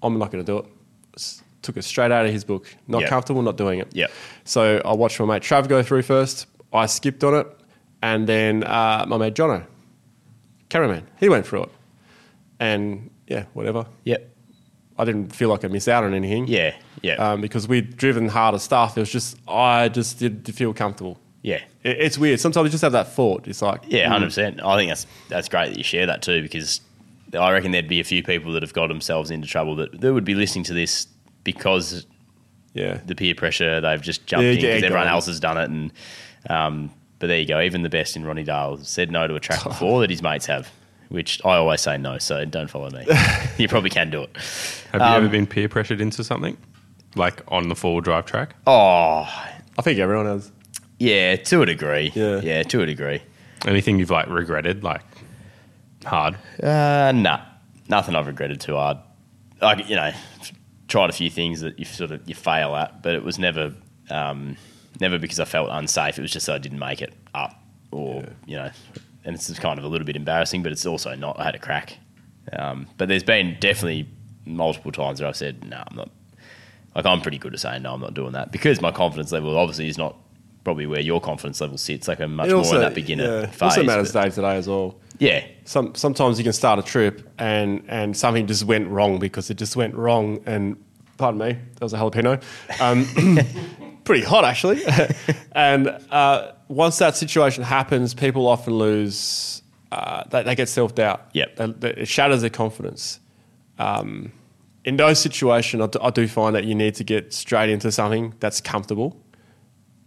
Speaker 3: I'm not going to do it. It's- took it straight out of his book. Not
Speaker 1: Yep.
Speaker 3: comfortable, not doing it.
Speaker 1: Yep.
Speaker 3: So I watched my mate Trav go through first. I skipped on it, and then uh, my mate Jono, cameraman, he went through it, and yeah, whatever.
Speaker 1: Yep.
Speaker 3: I didn't feel like I missed out on anything.
Speaker 1: Yeah. Yeah.
Speaker 3: Um, because we'd driven harder stuff. It was just I just did feel comfortable.
Speaker 1: yeah.
Speaker 3: It, it's weird. Sometimes you just have that thought. It's like hmm,
Speaker 1: Yeah, hundred percent. I think that's that's great that you share that too, because I reckon there'd be a few people that have got themselves into trouble that they would be listening to this because
Speaker 3: yeah.
Speaker 1: the peer pressure they've just jumped
Speaker 3: Yeah,
Speaker 1: in
Speaker 3: yeah,
Speaker 1: because everyone
Speaker 3: go on.
Speaker 1: else has done it, and um, but there you go. Even the best in Ronnie Dale said no to a track before that his mates have, which I always say no. So don't follow me. you probably can do it.
Speaker 4: Have you ever been peer pressured into something? Like on the four wheel drive track?
Speaker 1: Oh,
Speaker 3: I think everyone has.
Speaker 1: yeah, to a degree.
Speaker 3: Yeah.
Speaker 1: yeah, to a degree.
Speaker 4: Anything you've like regretted, like hard?
Speaker 1: Uh, nah, nothing I've regretted too hard. I, you know, tried a few things that you sort of you fail at, but it was never, um, never because I felt unsafe. It was just I didn't make it up, or you know, and it's just kind of a little bit embarrassing, but it's also not. I had a crack, um, but there's been definitely multiple times where I've said, "No, I'm not." Like I'm pretty good at saying, "No, I'm not doing that," because my confidence level obviously is not probably where your confidence level sits. Like I'm much
Speaker 3: It
Speaker 1: more in that beginner
Speaker 3: yeah,
Speaker 1: phase.
Speaker 3: also matters
Speaker 1: but-
Speaker 3: day to day as well.
Speaker 1: yeah,
Speaker 3: Some sometimes you can start a trip and and something just went wrong because it just went wrong and pardon me, that was a jalapeno. Um, pretty hot actually. and uh, once that situation happens, people often lose. Uh, they, they get self doubt.
Speaker 1: Yep.
Speaker 3: it shatters their confidence. Um, in those situations, I do- I do find that you need to get straight into something that's comfortable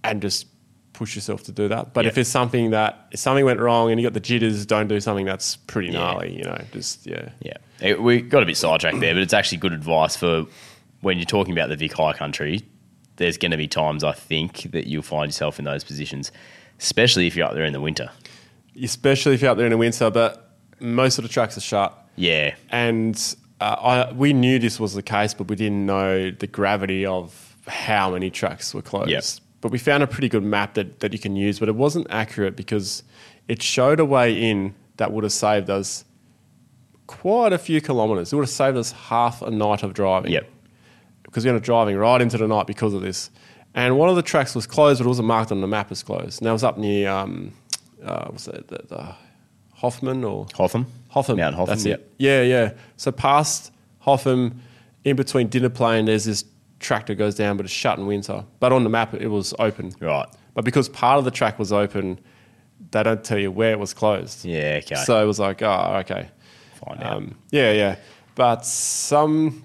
Speaker 3: and just push yourself to do that. But
Speaker 1: Yeah.
Speaker 3: if it's something that if something went wrong and you got the jitters, don't do something that's pretty
Speaker 1: Yeah.
Speaker 3: gnarly. You know, just yeah,
Speaker 1: Yeah, It- we got a bit sidetracked there, but it's actually good advice for when you're talking about the Vic High Country. There's going to be times I think that you'll find yourself in those positions, especially if you're up there in the winter.
Speaker 3: especially if you're out there in the winter. But most of the tracks are shut,
Speaker 1: Yeah,
Speaker 3: and uh, I we knew this was the case, but we didn't know the gravity of how many tracks were closed.
Speaker 1: Yep.
Speaker 3: But we found a pretty good map that, that you can use, but it wasn't accurate because it showed a way in that would have saved us quite a few kilometres. It would have saved us half a night of driving.
Speaker 1: yep,
Speaker 3: because we ended up driving right into the night because of this. And one of the tracks was closed, but it wasn't marked on the map as closed. And that was up near, um, uh, what's that, the, the Hoffman or
Speaker 1: Hotham,
Speaker 3: Hotham.
Speaker 1: Mount Hotham.
Speaker 3: That's
Speaker 1: yeah.
Speaker 3: it. Yeah, yeah. So past Hotham, in between Dinner Plain, there's this track that goes down, but it's shut in winter. But on the map, it was open.
Speaker 1: Right.
Speaker 3: But because part of the track was open, they don't tell you where it was closed.
Speaker 1: Yeah, okay.
Speaker 3: So it was like, oh, okay.
Speaker 1: Find out.
Speaker 3: Um, yeah, yeah. But some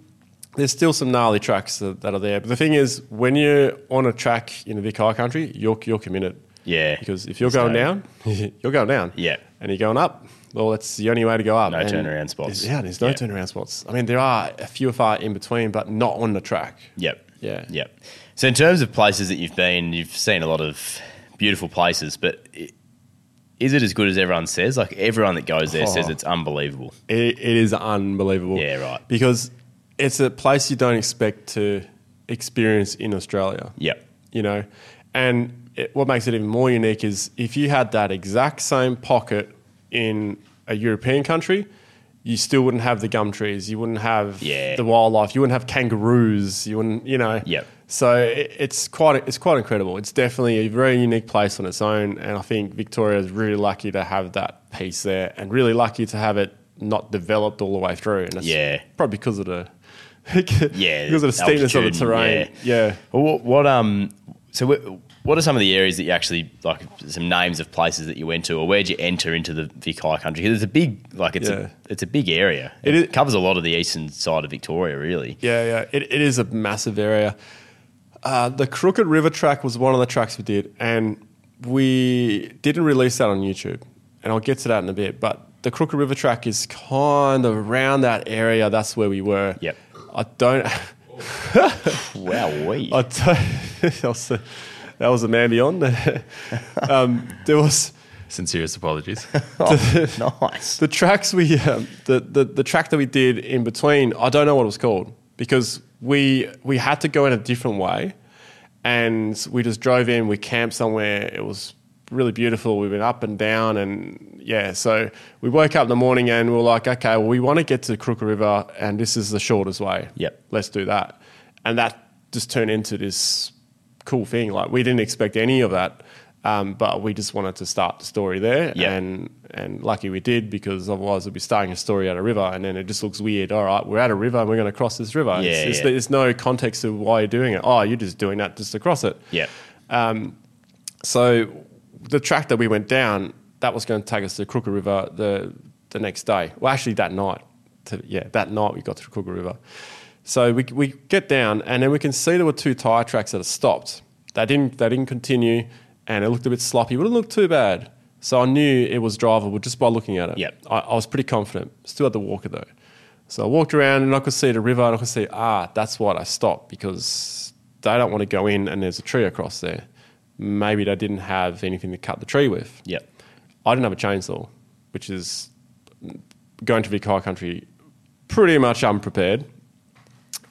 Speaker 3: there's still some gnarly tracks that, that are there. But the thing is, when you're on a track in the Vic High Country, you're you're committed.
Speaker 1: Yeah.
Speaker 3: Because if you're going
Speaker 1: So-
Speaker 3: down, you're going down.
Speaker 1: Yeah.
Speaker 3: And you're going up. Well, that's the only way to go up.
Speaker 1: No
Speaker 3: And
Speaker 1: turnaround spots.
Speaker 3: there's- Yeah, there's no
Speaker 1: Yeah.
Speaker 3: turnaround spots. I mean, there are a few or far in between, but not on the track.
Speaker 1: Yep.
Speaker 3: Yeah.
Speaker 1: Yep. So in terms of places that you've been, you've seen a lot of beautiful places, but i- is it as good as everyone says? Like everyone that goes there says
Speaker 3: Oh.
Speaker 1: it's unbelievable.
Speaker 3: It, it is unbelievable.
Speaker 1: Yeah, right.
Speaker 3: Because it's a place you don't expect to experience in Australia.
Speaker 1: Yep.
Speaker 3: you know. And it, what makes it even more unique is if you had that exact same pocket in a European country, you still wouldn't have the gum trees, you wouldn't have
Speaker 1: Yeah.
Speaker 3: the wildlife, you wouldn't have kangaroos, you wouldn't, you know.
Speaker 1: Yep.
Speaker 3: So it, it's quite it's quite incredible. It's definitely a very unique place on its own, and I think Victoria is really lucky to have that piece there, and really lucky to have it not developed all the way through. And it's
Speaker 1: Yeah.
Speaker 3: probably because of the
Speaker 1: Yeah,
Speaker 3: because of the steepness of the
Speaker 1: altitude,
Speaker 3: terrain. yeah.
Speaker 1: Well, what, what um, so what, what are some of the areas that you actually like? Some names of places that you went to, or where'd you enter into the Vic High Country? 'Cause it's a big, like it's
Speaker 3: Yeah.
Speaker 1: a it's a big area.
Speaker 3: It
Speaker 1: It,
Speaker 3: is-
Speaker 1: covers a lot of the eastern side of Victoria, really.
Speaker 3: Yeah, yeah. It, it is a massive area. Uh, the Crooked River track was one of the tracks we did, and we didn't release that on YouTube. And I'll get to that in a bit. But the Crooked River track is kind of around that area. That's where we were.
Speaker 1: Yep.
Speaker 3: I don't.
Speaker 1: Wow, we
Speaker 3: I don't that, was a, that was a man beyond. um, there was.
Speaker 4: Sincerest apologies.
Speaker 1: nice.
Speaker 3: The tracks we um, the, the the track that we did in between, I don't know what it was called because we we had to go in a different way, and we just drove in. We camped somewhere. It was really beautiful. We went up and down, and yeah. So we woke up in the morning and we were like, okay, well, we want to get to Crook River, and this is the shortest way.
Speaker 1: Yep.
Speaker 3: let's do that. and that just turned into this cool thing. Like we didn't expect any of that, um, but we just wanted to start the story there,
Speaker 1: Yeah.
Speaker 3: and and lucky we did because otherwise we'd be starting a story at a river, and then it just looks weird. All right, we're at a river, and we're going to cross this river.
Speaker 1: Yeah,
Speaker 3: it's, it's-
Speaker 1: yeah.
Speaker 3: There's no context of why you're doing it. Oh, you're just doing that just to cross it.
Speaker 1: Yeah.
Speaker 3: So the track that we went down, that was going to take us to Crooked River the the next day. Well, actually, that night. To, yeah, that night we got to Crooked River. So we, we get down, and then we can see there were two tire tracks that had stopped. They didn't they didn't continue, and it looked a bit sloppy, but it looked too bad. So I knew it was drivable just by looking at it.
Speaker 1: Yep.
Speaker 3: I, I was pretty confident. Still had to walk it though. So I walked around and I could see the river and I could see, ah, that's why I stopped because they don't want to go in and there's a tree across there. Maybe they didn't have anything to cut the tree with.
Speaker 1: Yep.
Speaker 3: I didn't have a chainsaw, which is going to Vikai country pretty much unprepared.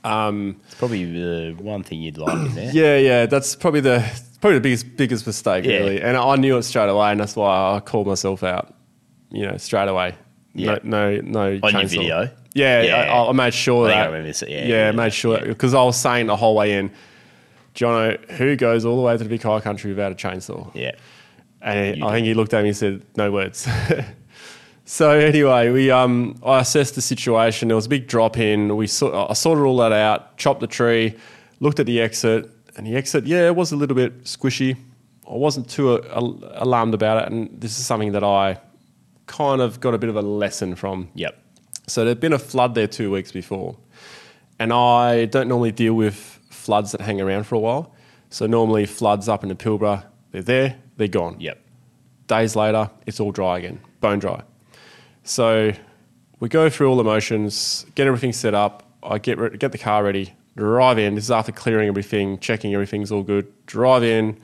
Speaker 1: It's probably the one thing you'd like in there.
Speaker 3: Yeah, yeah, that's probably the probably the biggest biggest mistake
Speaker 1: Yeah.
Speaker 3: really, and I knew it straight away, and that's why I called myself out, you know, straight away.
Speaker 1: Yeah.
Speaker 3: No, no, no.
Speaker 1: On your
Speaker 3: chainsaw.
Speaker 1: video?
Speaker 3: Yeah,
Speaker 1: Yeah.
Speaker 3: I, I made sure
Speaker 1: I think I
Speaker 3: that.
Speaker 1: remember this, yeah,
Speaker 3: yeah,
Speaker 1: yeah,
Speaker 3: I made sure because I was saying the whole way in, Jono, who goes all the way to the big high country without a chainsaw?
Speaker 1: Yeah.
Speaker 3: And
Speaker 1: You
Speaker 3: I think he looked at me and said, "No words." so anyway, we um, I assessed the situation. There was a big drop in. We sort I sorted all that out, chopped the tree, looked at the exit, and the exit, yeah, it was a little bit squishy. I wasn't too uh, al- alarmed about it, and this is something that I kind of got a bit of a lesson from.
Speaker 1: Yep.
Speaker 3: So there'd been a flood there two weeks before. And I don't normally deal with floods that hang around for a while. So normally floods up in the Pilbara, they're there, they're gone.
Speaker 1: Yep.
Speaker 3: Days later, it's all dry again, bone dry. So we go through all the motions, get everything set up. I get re- get the car ready, drive in. This is after clearing everything, checking everything's all good. Drive in,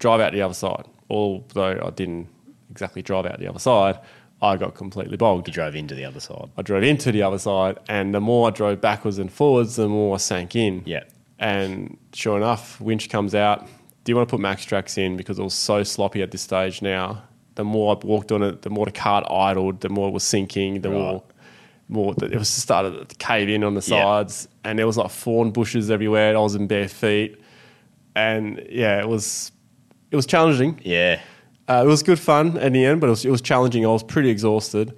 Speaker 3: drive out the other side. Although I didn't exactly drive out the other side, I got completely bogged.
Speaker 1: You drove into the other side.
Speaker 3: I drove into the other side, and the more I drove backwards and forwards, the more I sank in.
Speaker 1: Yeah.
Speaker 3: And sure enough, winch comes out. Do you want to put max tracks in because it was so sloppy at this stage now? The more I walked on it, the more the cart idled, the more it was sinking, the more more it was just started to cave in on the
Speaker 1: Yeah.
Speaker 3: sides, and there was like thorn bushes everywhere. And I was in bare feet, and yeah, it was it was challenging.
Speaker 1: Yeah.
Speaker 3: Uh, it was good fun in the end, but it was, it was challenging. I was pretty exhausted.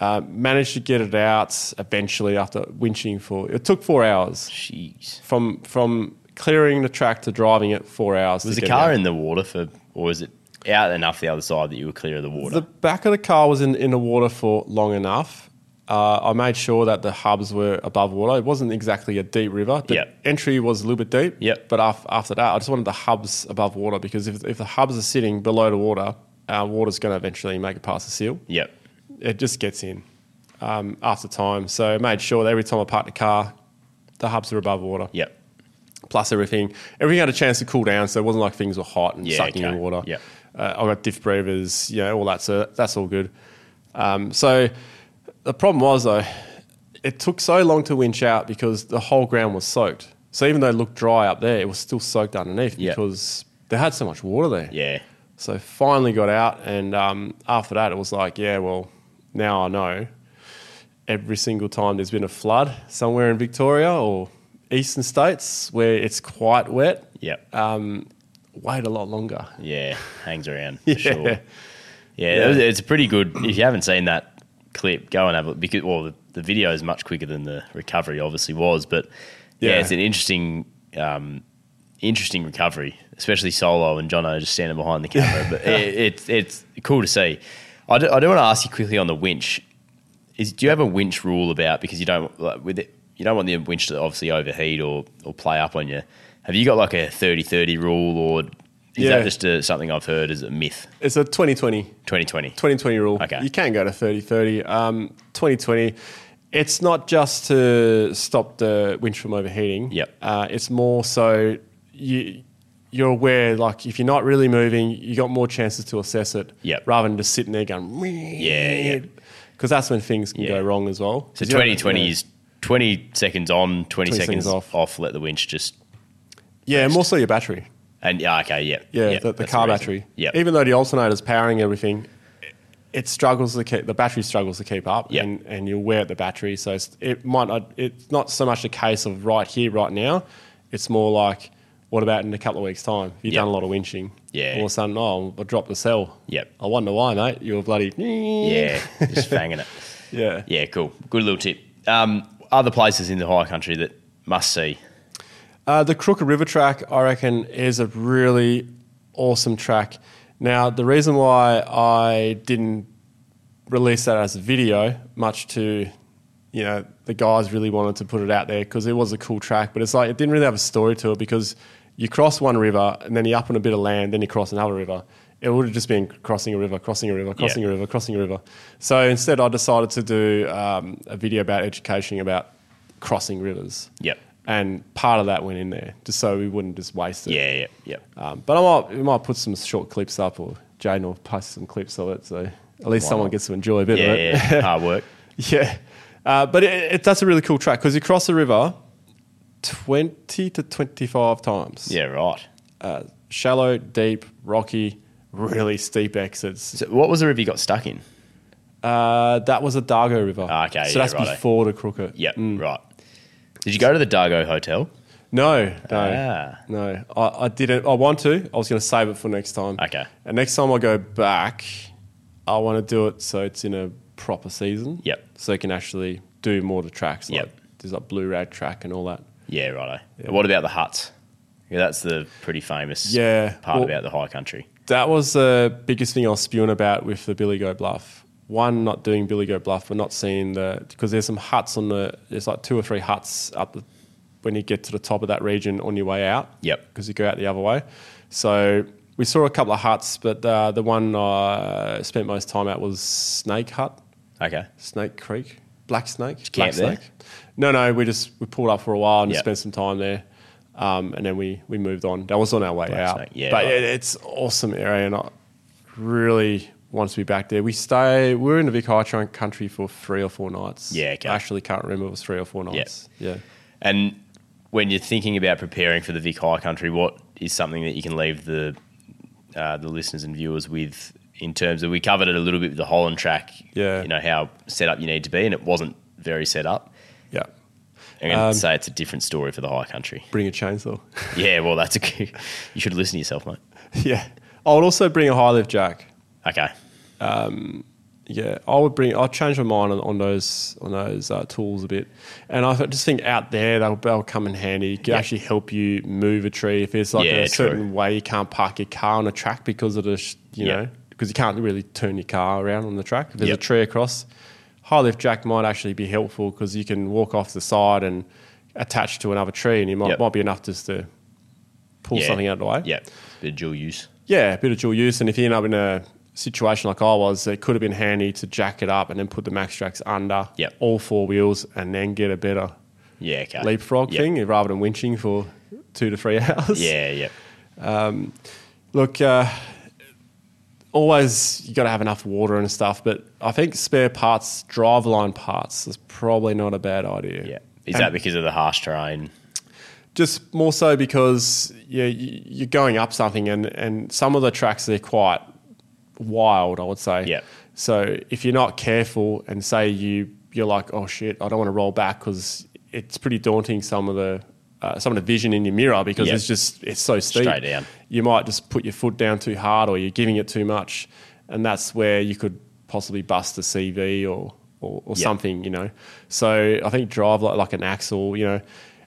Speaker 3: Uh, managed to get it out eventually after winching for it took four hours
Speaker 1: Jeez.
Speaker 3: from from clearing the track to driving it. Four hours.
Speaker 1: Was
Speaker 3: to
Speaker 1: the
Speaker 3: get it
Speaker 1: car
Speaker 3: out.
Speaker 1: in the water for, or is it out enough the other side that you were clear of the water?
Speaker 3: The back of the car was in, in the water for long enough. Uh, I made sure that the hubs were above water. It wasn't exactly a deep river. The
Speaker 1: Yep.
Speaker 3: entry was a little bit deep.
Speaker 1: Yep.
Speaker 3: But af- after that, I just wanted the hubs above water because if, if the hubs are sitting below the water, uh, water's going to eventually make it past the seal.
Speaker 1: yep.
Speaker 3: it just gets in um, after time. So I made sure that every time I parked the car, the hubs were above water.
Speaker 1: Yep.
Speaker 3: Plus everything, everything had a chance to cool down, so it wasn't like things were hot and
Speaker 1: Yeah,
Speaker 3: sucking
Speaker 1: okay.
Speaker 3: in water.
Speaker 1: Yep.
Speaker 3: Uh, I got diff breathers, you know, all that. So that's all good. Um, so the problem was though, it took so long to winch out because the whole ground was soaked. So even though it looked dry up there, it was still soaked underneath
Speaker 1: Yep.
Speaker 3: because they had so much water there.
Speaker 1: Yeah.
Speaker 3: So finally got out, and um, after that, it was like, yeah, well, now I know. Every single time there's been a flood somewhere in Victoria or eastern states where it's quite wet,
Speaker 1: Yep.
Speaker 3: wait a lot longer.
Speaker 1: yeah. Hangs around for sure. Yeah. that was- It's a pretty good. If you haven't seen that clip, go and have a look because well, the, the video is much quicker than the recovery obviously was, but yeah,
Speaker 3: Yeah.
Speaker 1: it's an interesting. Um, Interesting recovery, especially solo and Jono just standing behind the camera. But it, it's it's cool to see. I do, I do want to ask you quickly on the winch. Is do you have a winch rule about because you don't like, with it, you don't want the winch to obviously overheat or or play up on you? Have you got like a 30-30 rule or is
Speaker 3: Yeah.
Speaker 1: that just a, something I've heard is a myth?
Speaker 3: It's a 2020
Speaker 1: Twenty twenty.
Speaker 3: 2020 rule.
Speaker 1: Okay.
Speaker 3: You can go to 30 30. Um, 2020, it's not just to stop the winch from overheating.
Speaker 1: Yep.
Speaker 3: Uh, it's more so you, you're aware, like, if you're not really moving, you got more chances to assess it
Speaker 1: Yep.
Speaker 3: rather than just sitting there going,
Speaker 1: yeah.
Speaker 3: Because that's when things can
Speaker 1: Yeah.
Speaker 3: go wrong as well.
Speaker 1: So
Speaker 3: 'Cause you don't-
Speaker 1: twenty twenty is twenty seconds on, twenty,
Speaker 3: 20
Speaker 1: seconds,
Speaker 3: seconds
Speaker 1: off.
Speaker 3: off.
Speaker 1: Let the winch just
Speaker 3: Yeah, more so your battery.
Speaker 1: and yeah, okay, yeah,
Speaker 3: Yeah, the, the
Speaker 1: that's
Speaker 3: car
Speaker 1: reason.
Speaker 3: battery.
Speaker 1: Yeah,
Speaker 3: Even though the alternator's powering everything, it struggles to keep the battery struggles to keep up,
Speaker 1: Yeah.
Speaker 3: and, and you'll wear at the battery. So it's, it might not. It's not so much a case of right here, right now. It's more like what about in a couple of weeks' time? You've
Speaker 1: Yeah.
Speaker 3: done a lot of winching.
Speaker 1: Yeah.
Speaker 3: All of a sudden, oh, I dropped the cell.
Speaker 1: Yep.
Speaker 3: I wonder why, mate. You were bloody.
Speaker 1: Yeah, just fanging it.
Speaker 3: Yeah.
Speaker 1: Yeah, cool. Good little tip. Um, other places in the high country that must see.
Speaker 3: Uh, the Crooker River track, I reckon, is a really awesome track. Now, the reason why I didn't release that as a video, much to, you know, the guys really wanted to put it out there because it was a cool track, but it's like it didn't really have a story to it because you cross one river and then you up on a bit of land, then you cross another river. It would have just been crossing a river, crossing a river, crossing a river, crossing a river. So instead, I decided to do um, a video about education about crossing rivers.
Speaker 1: Yep.
Speaker 3: And part of that went in there, just so we wouldn't just waste it.
Speaker 1: Yeah, yeah, yeah.
Speaker 3: Um, but I might, we might put some short clips up, or Jane will post some clips of it, so at least someone
Speaker 1: not?
Speaker 3: gets to enjoy a bit
Speaker 1: Yeah,
Speaker 3: of it.
Speaker 1: yeah. Hard work.
Speaker 3: yeah. Uh, but it, it, that's a really cool track because you cross the river 20 to 25 times.
Speaker 1: Yeah, right.
Speaker 3: Uh, shallow, deep, rocky, really steep exits.
Speaker 1: So what was the river you got stuck in?
Speaker 3: Uh, that was the Dargo River.
Speaker 1: Ah, Okay,
Speaker 3: So
Speaker 1: yeah,
Speaker 3: that's
Speaker 1: righto.
Speaker 3: before the Crooked. Mm.
Speaker 1: Yep, right. Did you go to the Dargo Hotel?
Speaker 3: No, no,
Speaker 1: Ah.
Speaker 3: no. I, I didn't. I want to. I was going to save it for next time.
Speaker 1: Okay.
Speaker 3: And next time I go back, I want to do it so it's in a proper season.
Speaker 1: Yep.
Speaker 3: So you can actually do more of the tracks. Like,
Speaker 1: Yep.
Speaker 3: There's like Blue Rag track and all that.
Speaker 1: Yeah, righto. What about the huts? Yeah, that's the pretty famous
Speaker 3: Yeah,
Speaker 1: part
Speaker 3: well-
Speaker 1: about the high country.
Speaker 3: That was the biggest thing I was spewing about with the Billy Go Bluff. One, not doing Billy Go Bluff, but not seeing the because there's some huts on the there's like two or three huts up the when you get to the top of that region on your way out.
Speaker 1: Yep.
Speaker 3: because you go out the other way. So we saw a couple of huts, but uh, the one I spent most time at was Snake Hut,
Speaker 1: Okay.
Speaker 3: Snake Creek, Black Snake.
Speaker 1: camp
Speaker 3: Black
Speaker 1: there?
Speaker 3: Snake. No, no, we just we pulled up for a while and
Speaker 1: Yep.
Speaker 3: spent some time there. Um, and then we, we moved on. That was on our way out.
Speaker 1: Snake, yeah,
Speaker 3: but
Speaker 1: right.
Speaker 3: it, it's awesome area, and I really want to be back there. We stay. We were in the Vic High Trunk country for three or four nights.
Speaker 1: Yeah, okay.
Speaker 3: I actually can't remember. It was three or four nights. Yeah.
Speaker 1: And when you're thinking about preparing for the Vic High Country, what is something that you can leave the uh, the listeners and viewers with in terms of we covered it a little bit with the Holland track.
Speaker 3: Yeah.
Speaker 1: You know how set up you need to be, and it wasn't very set up.
Speaker 3: yeah,
Speaker 1: I'm
Speaker 3: Um,
Speaker 1: going to say it's a different story for the High Country.
Speaker 3: Bring a chainsaw.
Speaker 1: yeah. Well, that's a good, you should listen to yourself, mate.
Speaker 3: yeah, I would also bring a high lift jack.
Speaker 1: Okay.
Speaker 3: Yeah, I would bring. I will change my mind on, on those on those uh, tools a bit, and I just think out there they'll, they'll come in handy. It Can
Speaker 1: Yeah.
Speaker 3: actually help you move a tree if there's like
Speaker 1: Yeah,
Speaker 3: a certain
Speaker 1: true.
Speaker 3: way you can't park your car on a track because of the sh- you
Speaker 1: Yeah.
Speaker 3: know because you can't really turn your car around on the track. If there's
Speaker 1: Yep.
Speaker 3: a tree across, high lift jack might actually be helpful because you can walk off the side and attach to another tree, and it might
Speaker 1: Yep.
Speaker 3: might be enough just to pull
Speaker 1: Yeah.
Speaker 3: something out of the way.
Speaker 1: Yeah. Bit of dual use.
Speaker 3: Yeah, a bit of dual use. And if you end up in a situation like I was, it could have been handy to jack it up and then put the max tracks under
Speaker 1: Yep.
Speaker 3: all four wheels and then get a better
Speaker 1: Yeah. Okay.
Speaker 3: leapfrog
Speaker 1: Yep.
Speaker 3: thing rather than winching for two to three hours.
Speaker 1: Yeah. Yeah.
Speaker 3: Look, uh, always you got to have enough water and stuff, but I think spare parts, drive line parts, is probably not a bad idea.
Speaker 1: Yeah. Is
Speaker 3: And-
Speaker 1: that because of the harsh terrain?
Speaker 3: just more so because yeah, you- you're going up something, and, and some of the tracks they're quite wild, I would say.
Speaker 1: Yeah.
Speaker 3: So if you're not careful, and say you you're like, oh shit, I don't want to roll back because it's pretty daunting. Some of the uh, some of the vision in your mirror because
Speaker 1: Yeah.
Speaker 3: it's just it's so steep.
Speaker 1: Straight down.
Speaker 3: You might just put your foot down too hard, or you're giving it too much, and that's where you could possibly bust a CV or or, or
Speaker 1: Yeah.
Speaker 3: something, you know. So I think drive like, like an axle, you know.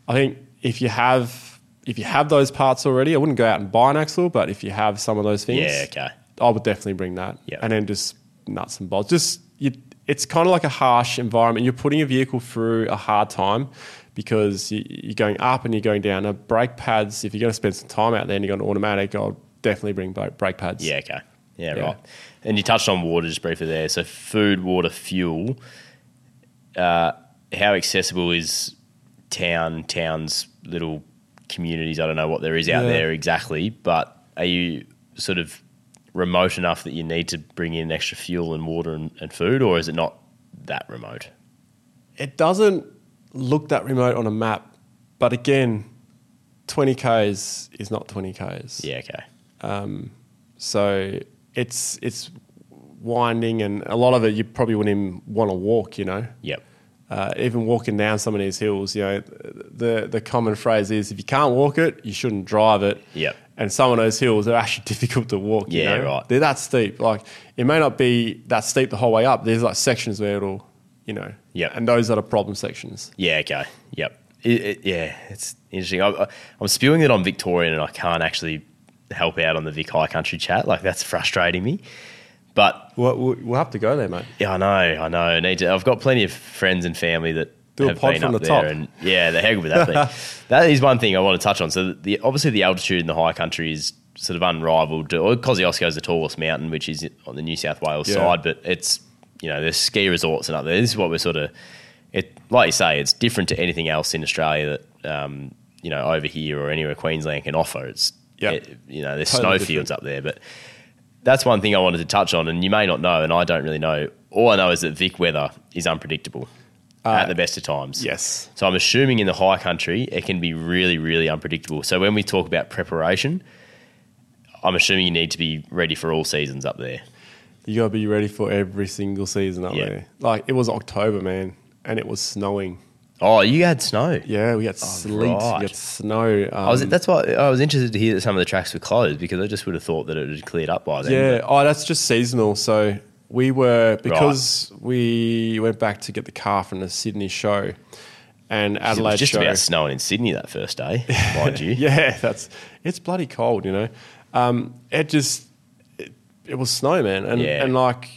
Speaker 3: I think if you have if you have those parts already, I wouldn't go out and buy an axle, but if you have some of those things,
Speaker 1: Yeah, okay.
Speaker 3: I would definitely bring that.
Speaker 1: Yeah.
Speaker 3: And then just nuts and bolts. Just you, it's kind of like a harsh environment. You're putting a vehicle through a hard time because you, you're going up and you're going down. Now, brake pads, if you're going to spend some time out there and you've got an automatic, I'll definitely bring brake brake pads.
Speaker 1: Yeah, okay. Yeah,
Speaker 3: Yeah.
Speaker 1: right. And you touched on water just briefly there. So food, water, fuel. Uh, how accessible is town, towns, little communities? I don't know what there is out
Speaker 3: Yeah.
Speaker 1: there exactly, but are you sort of remote enough that you need to bring in extra fuel and water and, and food, or is it not that remote?
Speaker 3: It doesn't look that remote on a map, but again, 20 Ks is not 20 Ks.
Speaker 1: Yeah, okay.
Speaker 3: So it's it's winding, and a lot of it you probably wouldn't even want to walk. You know,
Speaker 1: Yep.
Speaker 3: uh, even walking down some of these hills, you know, the the common phrase is if you can't walk it, you shouldn't drive it.
Speaker 1: Yep.
Speaker 3: And some of those hills are actually difficult to walk. you
Speaker 1: Yeah,
Speaker 3: know?
Speaker 1: right.
Speaker 3: They're that steep. Like it may not be that steep the whole way up. There's like sections where it'll, you know.
Speaker 1: Yep.
Speaker 3: And those are the problem sections.
Speaker 1: Yeah. Okay. Yep. It, it, yeah. It's interesting. I, I, I'm spewing it on Victorian, and I can't actually help out on the Vic High Country chat. Like that's frustrating me. But
Speaker 3: We'll, we'll, we'll have to go there, mate.
Speaker 1: yeah, I know. I know. I need to, I've got plenty of friends and family that
Speaker 3: Do a
Speaker 1: have
Speaker 3: pod
Speaker 1: been
Speaker 3: from
Speaker 1: up
Speaker 3: the
Speaker 1: there,
Speaker 3: top.
Speaker 1: and yeah, the heck with that thing. That is one thing I want to touch on. So the obviously the altitude in the High Country is sort of unrivaled. Or Kosciuszko is the tallest mountain, which is on the New South Wales
Speaker 3: Yeah.
Speaker 1: side, but it's you know there's ski resorts and up there. This is what we're sort of it like you say, it's different to anything else in Australia that um, you know over here or anywhere Queensland can offer. It's
Speaker 3: Yep.
Speaker 1: it- you know there's
Speaker 3: Totally
Speaker 1: snowfields up there, but that's one thing I wanted to touch on, and you may not know, and I don't really know. All I know is that Vic weather is unpredictable
Speaker 3: Uh,
Speaker 1: at the best of times.
Speaker 3: Yes.
Speaker 1: So I'm assuming in the high country, it can be really, really unpredictable. So when we talk about preparation, I'm assuming you need to be ready for all seasons up there.
Speaker 3: You gotta be ready for every single season up
Speaker 1: Yeah.
Speaker 3: there. Like it was October, man, and it was snowing.
Speaker 1: Oh, you had snow.
Speaker 3: Yeah, we had sleet,
Speaker 1: Oh, right.
Speaker 3: we had snow. Um,
Speaker 1: I was, that's why I was interested to hear that some of the tracks were closed because I just would have thought that it had cleared up by then.
Speaker 3: Yeah. Oh, that's just seasonal. So we were because we went back to get the car from the Sydney show and
Speaker 1: But it
Speaker 3: Adelaide
Speaker 1: was just
Speaker 3: show.
Speaker 1: about snowing in Sydney that first day, mind you.
Speaker 3: yeah, that's it's bloody cold, you know. Um, it just it, it was snow, man, and
Speaker 1: Yeah.
Speaker 3: and like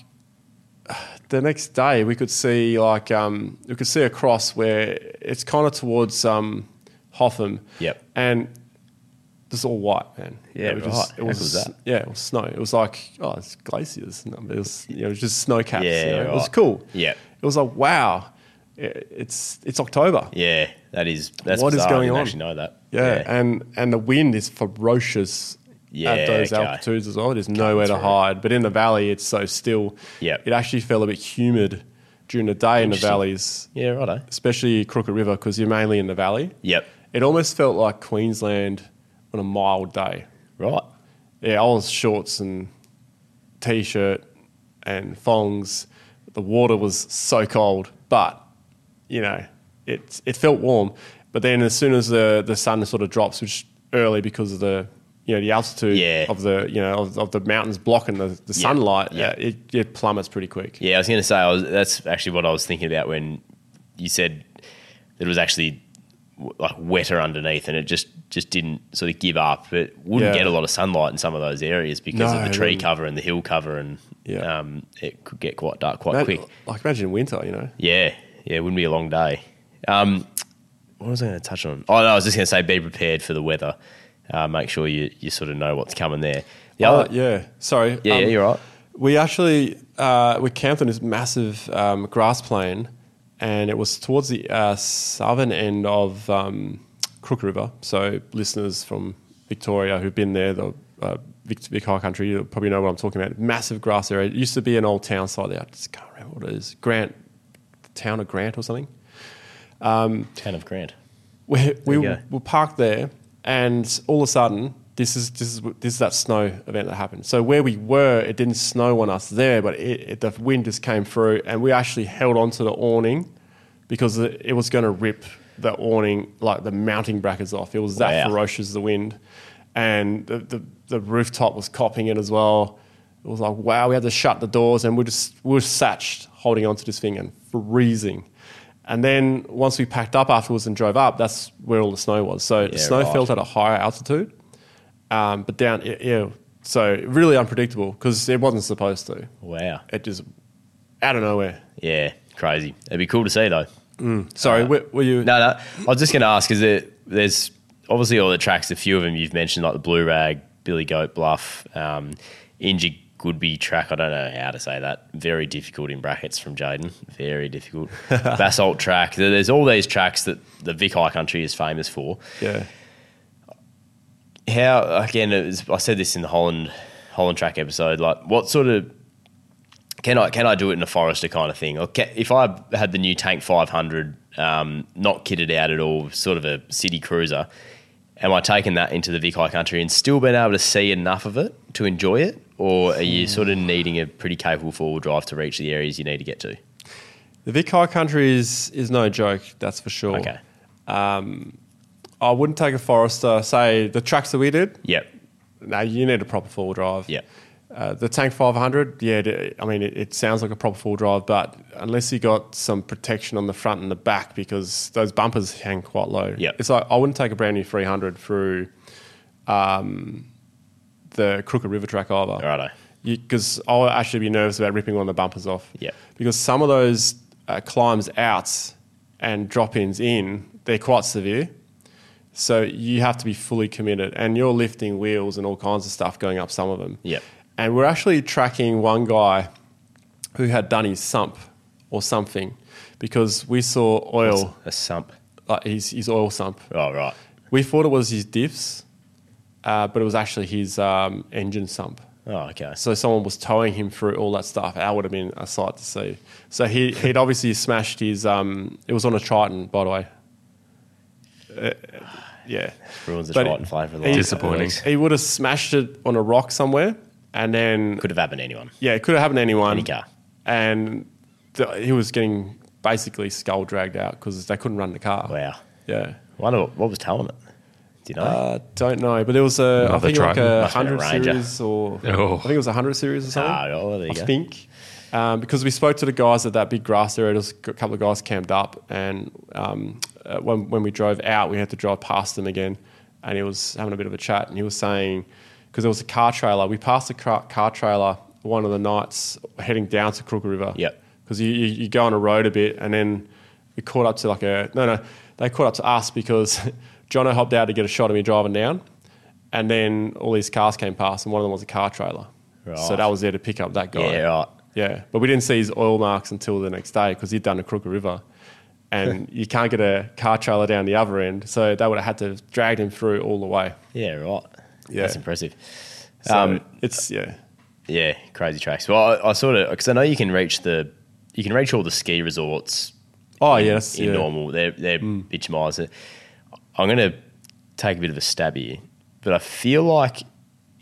Speaker 3: the next day we could see like um, we could see a cross where it's kind of towards um, Hotham.
Speaker 1: Yep.
Speaker 3: and. Just all white, man.
Speaker 1: Yeah,
Speaker 3: it was
Speaker 1: right.
Speaker 3: just- it
Speaker 1: How
Speaker 3: was,
Speaker 1: cool is that?
Speaker 3: yeah, it was snow. It was like oh, it's glaciers. No, It was you know, it was just snow caps.
Speaker 1: Yeah,
Speaker 3: you know? it was
Speaker 1: right.
Speaker 3: cool.
Speaker 1: Yeah.
Speaker 3: it was like wow, it, it's it's October.
Speaker 1: Yeah, that is that's
Speaker 3: What is
Speaker 1: bizarre.
Speaker 3: going
Speaker 1: I didn't
Speaker 3: on?
Speaker 1: actually know that.
Speaker 3: Yeah, and and the wind is ferocious
Speaker 1: Yeah,
Speaker 3: at those
Speaker 1: okay.
Speaker 3: altitudes as well. There's nowhere to
Speaker 1: through.
Speaker 3: hide, but in the valley it's so still.
Speaker 1: Yep.
Speaker 3: it actually felt a bit humid during the day in the
Speaker 1: Interesting.
Speaker 3: valleys,
Speaker 1: yeah, righto.
Speaker 3: especially Crooked River because you're mainly in the valley.
Speaker 1: Yep,
Speaker 3: It almost felt like Queensland on a mild day.
Speaker 1: right.
Speaker 3: Yeah, I was shorts and t-shirt and thongs. The water was so cold, but you know, it it felt warm. But then as soon as the the sun sort of drops, which early because of the you know the altitude
Speaker 1: Yeah.
Speaker 3: of the you know of, of the mountains blocking the, the sunlight,
Speaker 1: yeah.
Speaker 3: uh, it, it plummets pretty quick.
Speaker 1: Yeah, I was going to say I was, that's actually what I was thinking about when you said that it was actually w- like wetter underneath, and it just just didn't sort of give up. It wouldn't
Speaker 3: Yeah.
Speaker 1: get a lot of sunlight in some of those areas because
Speaker 3: No,
Speaker 1: of the
Speaker 3: it
Speaker 1: tree
Speaker 3: wouldn't.
Speaker 1: cover and the hill cover, and
Speaker 3: Yeah.
Speaker 1: um, it could get quite dark quite
Speaker 3: Man,
Speaker 1: quick.
Speaker 3: Like imagine winter, you know.
Speaker 1: Yeah, yeah, it wouldn't be a long day. Um, what was I going to touch on? Oh no, I was just going to say be prepared for the weather. Uh, make sure you you sort of know what's coming there. The
Speaker 3: Oh,
Speaker 1: other-
Speaker 3: yeah. Sorry. Um,
Speaker 1: Yeah, yeah, you're right.
Speaker 3: We actually uh, we camped on this massive um, grass plain, and it was towards the uh, southern end of um, Crook River. So listeners from Victoria who've been there, the uh, Vic, Vic High Country, you probably know what I'm talking about. Massive grass area. It used to be an old town site there. I just can't remember what it is. Grant, town of Grant or something
Speaker 1: Ten of grand.
Speaker 3: we we
Speaker 1: you
Speaker 3: were,
Speaker 1: go.
Speaker 3: were parked there, and all of a sudden, this is this is this is that snow event that happened. So where we were, it didn't snow on us there, but it, it, the wind just came through, and we actually held onto the awning because it, it was going to rip the awning like the mounting brackets off. It was that
Speaker 1: Wow.
Speaker 3: ferocious the wind, and the, the the rooftop was copping it as well. It was like wow, we had to shut the doors, and we just we were satched holding onto this thing and freezing. And then once we packed up afterwards and drove up, that's where all the snow was. So the
Speaker 1: Yeah,
Speaker 3: snow
Speaker 1: right.
Speaker 3: felt at a higher altitude, um, but down, yeah, yeah. So really unpredictable because it wasn't supposed to.
Speaker 1: Wow.
Speaker 3: It just out of nowhere.
Speaker 1: Yeah, crazy. It'd be cool to see though.
Speaker 3: Sorry, were, were you?
Speaker 1: No, no. I was just going to ask because there, there's obviously all the tracks. A few of them you've mentioned, like the Blue Rag, Billy Goat Bluff, um, Inji Goodby track. I don't know how to say that. Very difficult in brackets from Jaden. Very difficult. Basalt track. There- There's all these tracks that the Vic High Country is famous for.
Speaker 3: Yeah,
Speaker 1: How again? It was, I said this in the Holland Holland track episode. Like, what sort of can I can I do it in a forester kind of thing? Or ca if I had the new Tank 500, um, not kitted out at all, sort of a city cruiser, am I taking that into the Vic High Country and still being able to see enough of it to enjoy it, or are you sort of needing a pretty capable four-wheel drive to reach the areas you need to get to?
Speaker 3: The Vic High Country is, is no joke, that's for sure.
Speaker 1: Okay.
Speaker 3: I wouldn't take a Forester, say the tracks that we did.
Speaker 1: Yep.
Speaker 3: No, you need a proper four wheel drive.
Speaker 1: Yeah.
Speaker 3: Uh, the Tank 500, yeah, it- I mean, it, it sounds like a proper four wheel drive, but unless you got some protection on the front and the back, because those bumpers hang quite low.
Speaker 1: Yeah.
Speaker 3: It's like I wouldn't take a brand new 300 through um, the Crooked River track either.
Speaker 1: Righto.
Speaker 3: Because I'll actually be nervous about ripping one of the bumpers off.
Speaker 1: Yeah.
Speaker 3: Because some of those uh, climbs outs and drop ins in, they're quite severe. So you have to be fully committed, and you're lifting wheels and all kinds of stuff going up some of them.
Speaker 1: Yep.
Speaker 3: And we're actually tracking one guy who had done his sump or something because we saw oil,
Speaker 1: A sump.
Speaker 3: like his, his oil sump.
Speaker 1: Oh, right.
Speaker 3: We thought it was his diffs, uh, but it was actually his um, engine sump.
Speaker 1: Oh, okay.
Speaker 3: So someone was towing him through all that stuff. That would have been a sight to see. So he, he'd obviously smashed his. Um, it was on a Triton, by the way. Uh, yeah,
Speaker 1: Ruins the
Speaker 3: But
Speaker 1: Triton flavour. of the
Speaker 3: he-
Speaker 1: last
Speaker 4: Disappointing.
Speaker 1: couple of weeks.
Speaker 3: he would have smashed it on a rock somewhere, and then
Speaker 1: Could have happened to anyone.
Speaker 3: yeah, it could have happened to anyone.
Speaker 1: Any car.
Speaker 3: And the, he was getting basically skull dragged out because they couldn't run the car.
Speaker 1: Wow.
Speaker 3: Yeah.
Speaker 1: Wonder what, what was telling it. Do you know?
Speaker 3: Uh, don't know, but there was a I
Speaker 4: Another
Speaker 3: think like
Speaker 4: Triton.
Speaker 3: a
Speaker 1: Must have been a
Speaker 3: hundred
Speaker 1: Ranger.
Speaker 3: series or
Speaker 4: Oh.
Speaker 3: I think it was a hundred series or something.
Speaker 1: Ah, oh, there you
Speaker 3: I
Speaker 1: go.
Speaker 3: think um, because we spoke to the guys at that big grass area, there was a couple of guys camped up, and um, uh, when when we drove out, we had to drive past them again, and he was having a bit of a chat, and he was saying because there was a car trailer, we passed the car, car trailer one of the nights heading down to Crook River.
Speaker 1: Yep.
Speaker 3: Because you, you, you go on a road a bit and then we caught up to like a no no they caught up to us because Jono hopped out to get a shot of me driving down, and then all these cars came past and one of them was a car trailer, so
Speaker 1: Right.
Speaker 3: that was there to pick up that guy.
Speaker 1: yeah, right.
Speaker 3: Yeah, but we didn't see his oil marks until the next day because he'd done a Crooked River, and you can't get a car trailer down the other end, so they would have had to have dragged him through all the way.
Speaker 1: Yeah, right.
Speaker 3: Yeah.
Speaker 1: That's impressive.
Speaker 3: So
Speaker 1: Um,
Speaker 3: it's yeah.
Speaker 1: Yeah, crazy tracks. Well, I, I sort of because I know you can reach the you can reach all the ski resorts
Speaker 3: Oh yes,
Speaker 1: in
Speaker 3: yeah. Mm.
Speaker 1: normal. They're they're bitch miles. I'm gonna take a bit of a stab here, but I feel like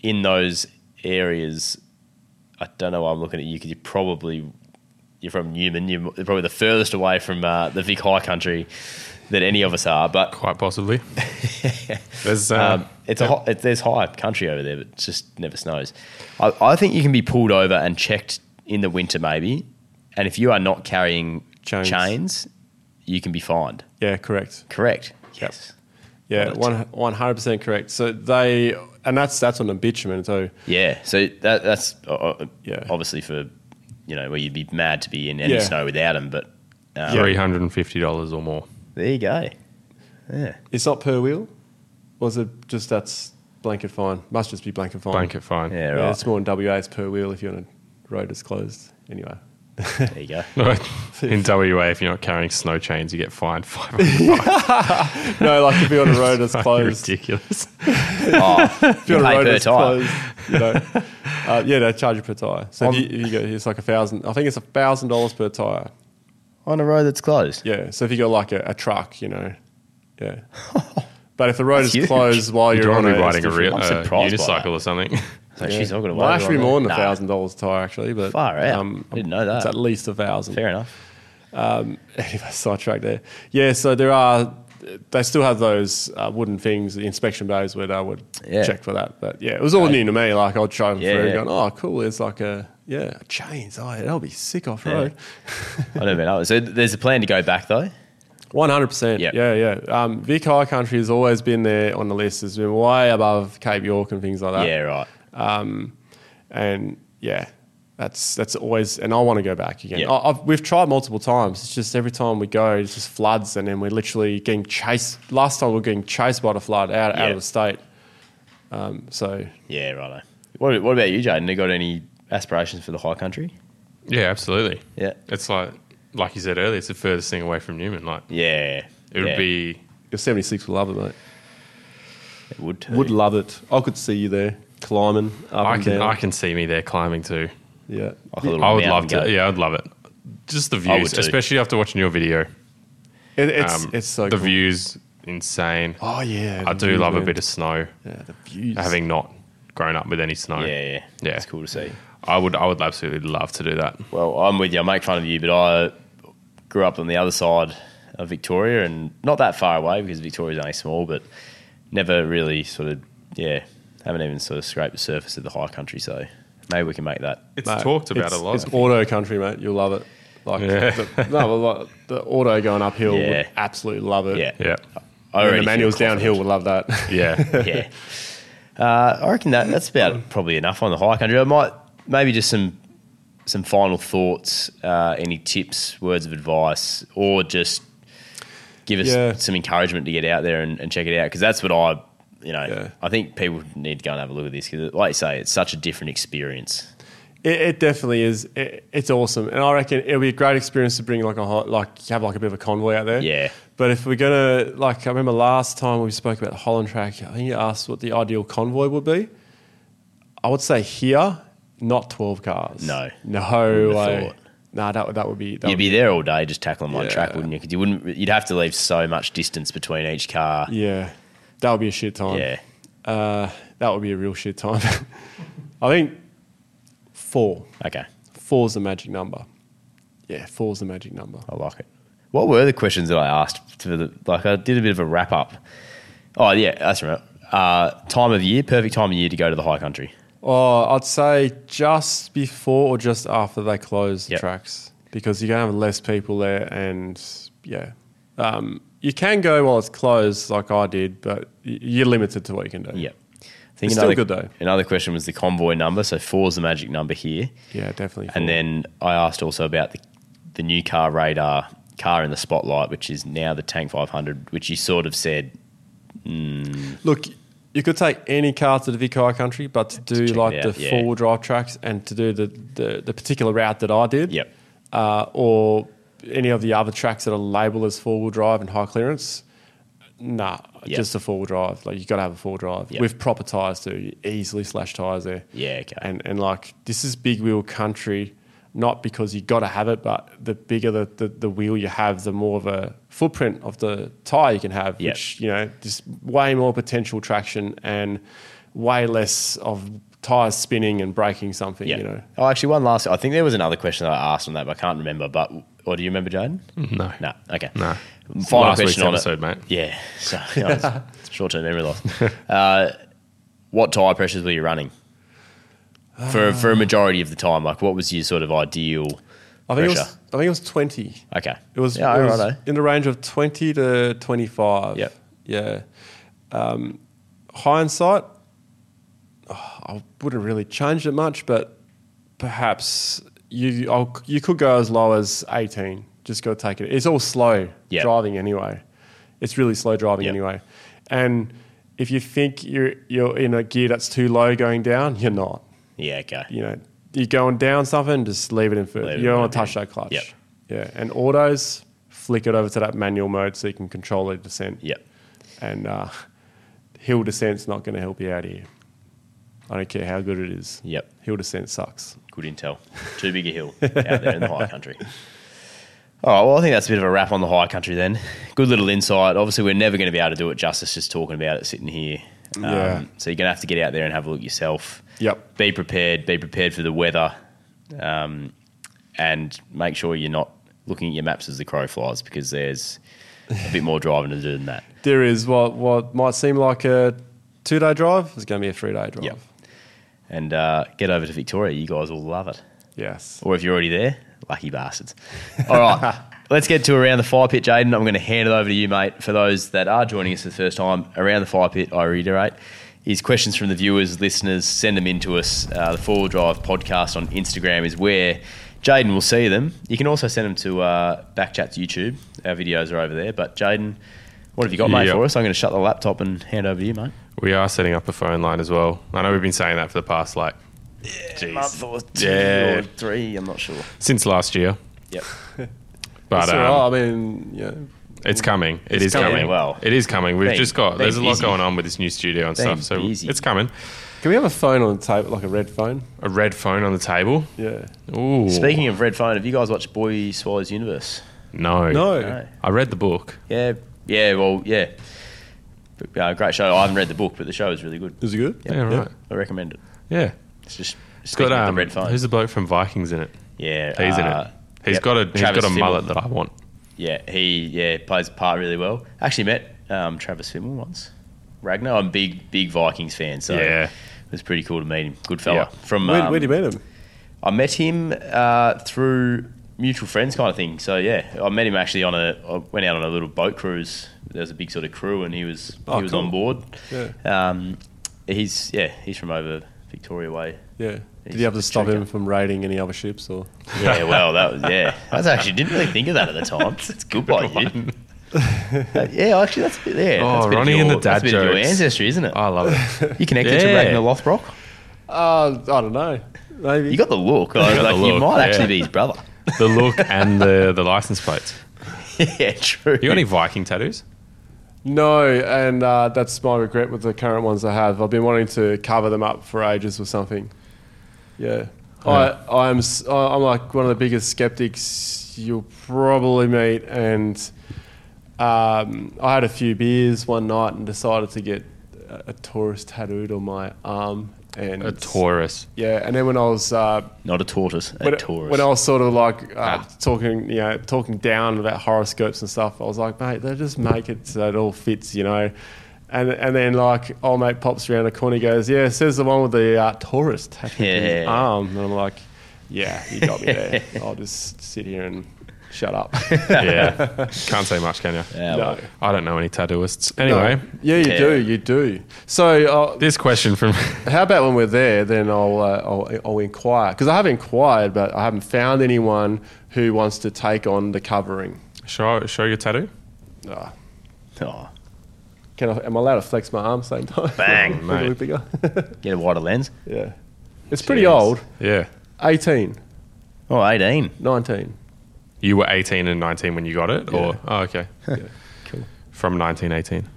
Speaker 1: in those areas, I don't know why I'm looking at you because you probably you're from Newman. You're mo- probably the furthest away from uh, the Vic High Country that any of us are. But
Speaker 4: Quite possibly. There's
Speaker 1: um,
Speaker 4: um,
Speaker 1: it's a hot, it, there's high country over there, but it just never snows. I, I think you can be pulled over and checked in the winter, maybe. And if you are not carrying
Speaker 3: Chains.
Speaker 1: chains, you can be fined.
Speaker 3: Yeah, correct.
Speaker 1: Correct.
Speaker 3: Yeah, one one hundred percent correct. So they and that's that's on the bitumen. So
Speaker 1: Yeah. So that, that's uh, uh,
Speaker 3: Yeah.
Speaker 1: obviously for you know where you'd be mad to be in any
Speaker 3: Yeah.
Speaker 1: snow without them. But um,
Speaker 4: three hundred and fifty dollars or more.
Speaker 1: there you go. Yeah.
Speaker 3: it's not per wheel, or is it just that's blanket fine? Must just be blanket fine.
Speaker 4: Blanket fine.
Speaker 1: Yeah.
Speaker 3: Yeah,
Speaker 1: Right.
Speaker 3: it's more in WA. It's per wheel if you're on a road that's closed. Anyway.
Speaker 1: there you go.
Speaker 4: in WA, if you're not carrying snow chains, you get fined five hundred.
Speaker 3: No, like if you're on a road that's closed,
Speaker 4: ridiculous.
Speaker 3: if you're on a
Speaker 1: Oh, Pay per
Speaker 3: road that's
Speaker 1: tyre.
Speaker 3: closed, you know, uh, yeah, they charge you per tire. So if you, if you go, it's like a thousand. I think it's a thousand dollars per tire.
Speaker 1: On a road that's closed.
Speaker 3: Yeah. So if you got like a, a truck, you know, yeah. But if the road
Speaker 1: That's
Speaker 3: is
Speaker 1: huge.
Speaker 3: closed while
Speaker 4: You
Speaker 3: Oh, you're,
Speaker 4: don't want
Speaker 3: on
Speaker 4: to
Speaker 3: it, it's
Speaker 4: be riding a
Speaker 3: different.
Speaker 4: real,
Speaker 1: I'm
Speaker 4: uh,
Speaker 1: surprised by that.
Speaker 4: unicycle or something.
Speaker 1: So she's not going to.
Speaker 3: Might actually be more than a thousand dollars tire, actually. But um,
Speaker 1: Far out. Didn't know that.
Speaker 3: It's at least a thousand.
Speaker 1: Fair enough.
Speaker 3: anyway, sidetrack there. Yeah, so there are. They still have those uh, wooden things, the inspection bays where they would
Speaker 1: Yeah.
Speaker 3: check for that. But yeah, it was all new to me. Like I'd try them
Speaker 1: Yeah,
Speaker 3: through,
Speaker 1: yeah.
Speaker 3: going, "Oh, cool! There's like a yeah a chains. Oh, that'll be sick off road."
Speaker 1: I don't know. So there's a plan to go back though.
Speaker 3: One hundred percent. Yeah,
Speaker 1: Yep.
Speaker 3: yeah. Um, Vic High Country has always been there on the list. It's been way above Cape York and things like that.
Speaker 1: Yeah. Right.
Speaker 3: and yeah, that's that's always. And I want to go back again.
Speaker 1: Yeah.
Speaker 3: I, I've, we've tried multiple times. It's just every time we go, it's just floods, and then we're literally getting chased. Last time we were getting chased by the flood out out
Speaker 1: Yeah.
Speaker 3: of the state. Um, so
Speaker 1: Yeah, righto. What, what about you, Jaden? You got any aspirations for the high country?
Speaker 4: Yeah, absolutely.
Speaker 1: Yeah.
Speaker 4: It's like, like you said earlier, it's the furthest thing away from Newman. Like
Speaker 1: Yeah.
Speaker 4: it would
Speaker 1: yeah,
Speaker 4: be
Speaker 3: your seventy six would love it, mate.
Speaker 1: It would too.
Speaker 3: Would love it. I could see you there climbing up
Speaker 4: I
Speaker 3: and
Speaker 4: can
Speaker 3: down.
Speaker 4: I can see me there climbing too.
Speaker 3: yeah.
Speaker 1: Like a little
Speaker 4: I would
Speaker 1: mountain
Speaker 4: love to.
Speaker 1: goat.
Speaker 4: Yeah, I'd love it. Just the
Speaker 1: I would
Speaker 4: views,
Speaker 1: too.
Speaker 4: especially after watching your video.
Speaker 3: It, it's
Speaker 4: Um,
Speaker 3: it's so
Speaker 4: the
Speaker 3: cool.
Speaker 4: views insane.
Speaker 3: Oh yeah,
Speaker 4: I
Speaker 3: the
Speaker 4: do
Speaker 3: views,
Speaker 4: love a
Speaker 3: man.
Speaker 4: bit of snow.
Speaker 3: yeah, the views.
Speaker 4: Having not grown up with any snow.
Speaker 1: Yeah, yeah,
Speaker 4: Yeah.
Speaker 1: It's cool to see.
Speaker 4: I would I would absolutely love to do that.
Speaker 1: Well, I'm with you. I make fun of you, but I grew up on the other side of Victoria and not that far away because Victoria's only small, but never really sort of, yeah, haven't even sort of scraped the surface of the high country. So maybe we can make that.
Speaker 4: It's
Speaker 3: Mate,
Speaker 4: talked about
Speaker 3: it's-
Speaker 4: a lot.
Speaker 3: It's auto country, mate. You'll love it. Like
Speaker 4: Yeah.
Speaker 3: the, no, well, like, the auto going uphill
Speaker 1: Yeah.
Speaker 3: would absolutely love it.
Speaker 1: Yeah.
Speaker 4: yeah,
Speaker 1: I
Speaker 3: And
Speaker 1: already
Speaker 3: the
Speaker 1: feel
Speaker 3: manuals
Speaker 1: confident.
Speaker 3: downhill would love that.
Speaker 4: yeah.
Speaker 1: yeah. Uh, I reckon that that's about probably enough on the high country. I might maybe just some some final thoughts, uh, any tips, words of advice, or just give us
Speaker 3: Yeah.
Speaker 1: some encouragement to get out there and, and check it out because that's what I. You know,
Speaker 3: Yeah.
Speaker 1: I think people need to go and have a look at this because, like you say, it's such a different experience.
Speaker 3: It, it definitely is. It, it's awesome, and I reckon it'll be a great experience to bring like a ho- like have like a bit of a convoy out there.
Speaker 1: Yeah.
Speaker 3: But if we're gonna like, I remember last time we spoke about Holland Track. I think you asked what the ideal convoy would be. I would say here, not twelve cars.
Speaker 1: No.
Speaker 3: no
Speaker 1: have
Speaker 3: way.
Speaker 1: thought.
Speaker 3: Nah, that would- that would be. That
Speaker 1: You'd
Speaker 3: would
Speaker 1: be there all day just tackling one track,
Speaker 3: Yeah.
Speaker 1: wouldn't you? Because you wouldn't. You'd have to leave so much distance between each car.
Speaker 3: Yeah, that would be a shit time.
Speaker 1: yeah.
Speaker 3: Uh, that would be a real shit time. I think four.
Speaker 1: Okay.
Speaker 3: Four's the magic number. Yeah, four's the magic number.
Speaker 1: I like it. What were the questions that I asked? To the, like, I did a bit of a wrap up. Oh, yeah, that's right. Uh, time of year, perfect time of year to go to the high country.
Speaker 3: Oh, I'd say just before or just after they close the
Speaker 1: Yep.
Speaker 3: tracks because you're going to have less people there. And yeah, um, you can go while it's closed, like I did, but y- you're limited to what you can do.
Speaker 1: Yeah. I think
Speaker 3: It's still
Speaker 1: another,
Speaker 3: good though.
Speaker 1: Another question was the convoy number. So four is the magic number here.
Speaker 3: Yeah, definitely.
Speaker 1: And then I asked also about the, the new car radar, car in the spotlight, which is now the Tank 500, which you sort of said,
Speaker 3: Look, you could take any car to the Vic High Country, but to do
Speaker 1: check it
Speaker 3: like
Speaker 1: out,
Speaker 3: the
Speaker 1: yeah.
Speaker 3: four wheel drive tracks and to do the, the, the particular route that I did,
Speaker 1: Yep.
Speaker 3: uh, or any of the other tracks that are labeled as four wheel drive and high clearance, nah,
Speaker 1: Yep.
Speaker 3: just a four wheel drive. Like you got to have a four wheel drive
Speaker 1: Yep.
Speaker 3: with proper tyres too. You easily slash tyres there.
Speaker 1: Yeah, okay.
Speaker 3: And and like this is big wheel country. Not because you got to have it, but the bigger the, the, the wheel you have, the more of a footprint of the tire you can have,
Speaker 1: Yep.
Speaker 3: which you know, just way more potential traction and way less of tires spinning and breaking something,
Speaker 1: yeah.
Speaker 3: you know.
Speaker 1: Oh, actually, one last. I think there was another question that I asked on that, but I can't remember. But or do you remember, Jaden?
Speaker 4: No,
Speaker 1: No. Okay.
Speaker 4: No.
Speaker 1: Final
Speaker 4: Last week's
Speaker 1: question on
Speaker 4: episode,
Speaker 1: it.
Speaker 4: mate.
Speaker 1: Yeah. So you know, it's short-term memory loss. Uh, what tire pressures were you running
Speaker 3: Uh,
Speaker 1: for for a majority of the time? Like, what was your sort of ideal
Speaker 3: I think it
Speaker 1: pressure?
Speaker 3: was I think it was twenty.
Speaker 1: okay.
Speaker 3: It was,
Speaker 1: Yeah.
Speaker 3: it
Speaker 1: all eh?
Speaker 3: was
Speaker 1: righto.
Speaker 3: in the range of 20 to 25.
Speaker 1: Yep.
Speaker 3: Yeah. Um, hindsight, oh, I wouldn't really change it much, but perhaps you I'll, you could go as low as 18. Just go take it. It's all slow
Speaker 1: Yep.
Speaker 3: driving anyway. It's really slow driving
Speaker 1: Yep.
Speaker 3: anyway. And if you think you're, you're in a gear that's too low going down, you're not
Speaker 1: Yeah. Okay.
Speaker 3: you know, you're going down something, just leave it in first.
Speaker 1: Leave it
Speaker 3: You don't
Speaker 1: in
Speaker 3: want to
Speaker 1: manual.
Speaker 3: touch that clutch.
Speaker 1: Yep.
Speaker 3: Yeah. And autos, flick it over to that manual mode so you can control the descent.
Speaker 1: Yep.
Speaker 3: And uh, hill descent's not going to help you out here. I don't care how good it is.
Speaker 1: Yep.
Speaker 3: Hill descent sucks.
Speaker 1: Good intel. Too big a hill out there in the high country. All right, well, I think that's a bit of a wrap on the high country then. Good little insight. Obviously, we're never going to be able to do it justice just talking about it sitting here. Um,
Speaker 3: Yeah.
Speaker 1: So you're going to have to get out there and have a look yourself.
Speaker 3: Yep.
Speaker 1: Be prepared. Be prepared for the weather. Um, and make sure you're not looking at your maps as the crow flies because there's a bit more driving to do than that.
Speaker 3: There is what, what might seem like a two day drive is going to be a three day drive.
Speaker 1: Yep. And uh, get over to Victoria. You guys will love it.
Speaker 3: Yes.
Speaker 1: or if you're already there, lucky bastards. All right, let's get to around the fire pit, Jaden. I'm going to hand it over to you, mate. For those that are joining us for the first time, around the fire pit, I reiterate, is questions from the viewers, listeners. Send them in to us. Uh, the Four Wheel Drive podcast on Instagram is where Jaden will see them. You can also send them to uh, Backchat's YouTube. Our videos are over there. But Jaden, what have you got, mate,
Speaker 4: Yeah.
Speaker 1: for us? I'm going to shut the laptop and hand over to you, mate.
Speaker 4: We are setting up a phone line as well. I know we've been saying that for the past like
Speaker 1: Month or two
Speaker 4: Yeah.
Speaker 1: or three, I'm not sure.
Speaker 4: since last year,
Speaker 1: Yep.
Speaker 4: but
Speaker 3: So,
Speaker 4: um,
Speaker 3: oh, I mean, yeah.
Speaker 4: It's coming. it's
Speaker 1: coming.
Speaker 4: coming.
Speaker 1: Well,
Speaker 4: it is coming. We've
Speaker 1: being-
Speaker 4: just got. There's a
Speaker 1: being
Speaker 4: lot
Speaker 1: busy.
Speaker 4: going on with this new studio and
Speaker 1: Being
Speaker 4: stuff. So
Speaker 1: busy.
Speaker 4: it's coming.
Speaker 3: Can we have a phone on the table, like a red phone?
Speaker 4: A red phone on the table.
Speaker 3: Yeah.
Speaker 4: Ooh.
Speaker 1: Speaking of Red Phone, have you guys watched Boy Swallows Universe?
Speaker 4: No.
Speaker 3: No.
Speaker 1: No.
Speaker 4: I read the book.
Speaker 1: Yeah, yeah, well, yeah. But, uh, great show. I haven't read the book, but the show is really good.
Speaker 3: Is it good?
Speaker 4: Yeah, right.
Speaker 1: I recommend it.
Speaker 4: Yeah.
Speaker 1: It's just
Speaker 4: It's got um,
Speaker 1: the red phone.
Speaker 4: Who's the bloke from Vikings in it?
Speaker 1: yeah,
Speaker 4: He's in
Speaker 1: uh,
Speaker 4: it. He's
Speaker 1: yep,
Speaker 4: got a he's
Speaker 1: Travis
Speaker 4: got a
Speaker 1: Fimmel.
Speaker 4: mullet that I want.
Speaker 1: Yeah, he yeah plays the part really well. Actually met um, Travis Fimmel once. Ragnar, I'm a big big Vikings fan, so
Speaker 4: Yeah.
Speaker 1: it was pretty cool to meet him. Good fella.
Speaker 4: Yeah.
Speaker 1: From
Speaker 3: Where,
Speaker 1: um,
Speaker 3: where do you meet him?
Speaker 1: I met him uh, through mutual friends kind of thing. So yeah, I met him actually on a I went out on a little boat cruise. There was a big sort of crew, and he was
Speaker 3: Oh,
Speaker 1: he was
Speaker 3: cool.
Speaker 1: on board.
Speaker 3: Yeah.
Speaker 1: Um, he's yeah he's from over Victoria way.
Speaker 3: Yeah. Did
Speaker 1: He's
Speaker 3: you have to
Speaker 1: a
Speaker 3: stop him
Speaker 1: checker.
Speaker 3: from raiding any other ships or?
Speaker 1: Yeah, well, that was yeah. I was actually didn't really think of that at the time. It's good by you. Uh, yeah, actually, that's a bit there.
Speaker 4: Oh,
Speaker 1: that's a bit of
Speaker 4: Ronnie and
Speaker 1: your-
Speaker 4: the
Speaker 1: That's
Speaker 4: dad
Speaker 1: a bit of your
Speaker 4: jokes.
Speaker 1: ancestry, isn't it?
Speaker 4: I love it.
Speaker 1: You connected to
Speaker 4: Yeah.
Speaker 1: Ragnar Lothbrok.
Speaker 3: Uh, I don't know. Maybe.
Speaker 1: You got the look. I
Speaker 4: You
Speaker 1: was
Speaker 4: got
Speaker 1: like,
Speaker 4: the
Speaker 1: you
Speaker 4: look,
Speaker 1: might actually
Speaker 4: yeah.
Speaker 1: be his brother.
Speaker 4: the look and the the license plates.
Speaker 1: yeah, true.
Speaker 4: You got any Viking tattoos?
Speaker 3: no, and uh, that's my regret with the current ones I have. I've been wanting to cover them up for ages or something. Yeah. I, I am s- I- I'm like one of the biggest skeptics you'll probably meet, and um, I had a few beers one night and decided to get a, a Taurus tattooed on my arm. And
Speaker 4: A Taurus.
Speaker 3: Yeah, and then when I was uh,
Speaker 1: Not a tortoise, a
Speaker 3: when,
Speaker 1: Taurus.
Speaker 3: when I was sort of like uh,
Speaker 4: Ah.
Speaker 3: talking, you know, talking down about horoscopes and stuff, I was like, mate, they just make it so it all fits, you know. And and then like old mate pops around the corner, he goes, yeah, says the one with the uh, Taurus tattooed on his
Speaker 1: Yeah.
Speaker 3: arm, and I'm like, yeah, you got me there. I'll just sit here and shut up.
Speaker 4: Yeah. Can't say much, can you?
Speaker 1: Yeah, well,
Speaker 3: no.
Speaker 4: I don't know any tattooists. Anyway,
Speaker 3: yeah, you
Speaker 1: Yeah.
Speaker 3: do, you do. So uh,
Speaker 4: this question from
Speaker 3: How about when we're there, then I'll, uh, I'll, I'll inquire. Because I have inquired, but I haven't found anyone who wants to take on the covering.
Speaker 4: show show your tattoo.
Speaker 3: Ah,
Speaker 1: oh,
Speaker 3: can I, am I allowed to flex my arm same time?
Speaker 1: Bang,
Speaker 3: Make it
Speaker 4: mate.
Speaker 3: look bigger.
Speaker 1: get a wider lens.
Speaker 3: yeah. It's pretty
Speaker 4: Jeez.
Speaker 3: old.
Speaker 4: Yeah.
Speaker 3: 18,
Speaker 1: Oh, 18.
Speaker 3: 19.
Speaker 4: You were 18 and 19 when you got it, or oh, okay,
Speaker 3: Cool.
Speaker 4: from 1918.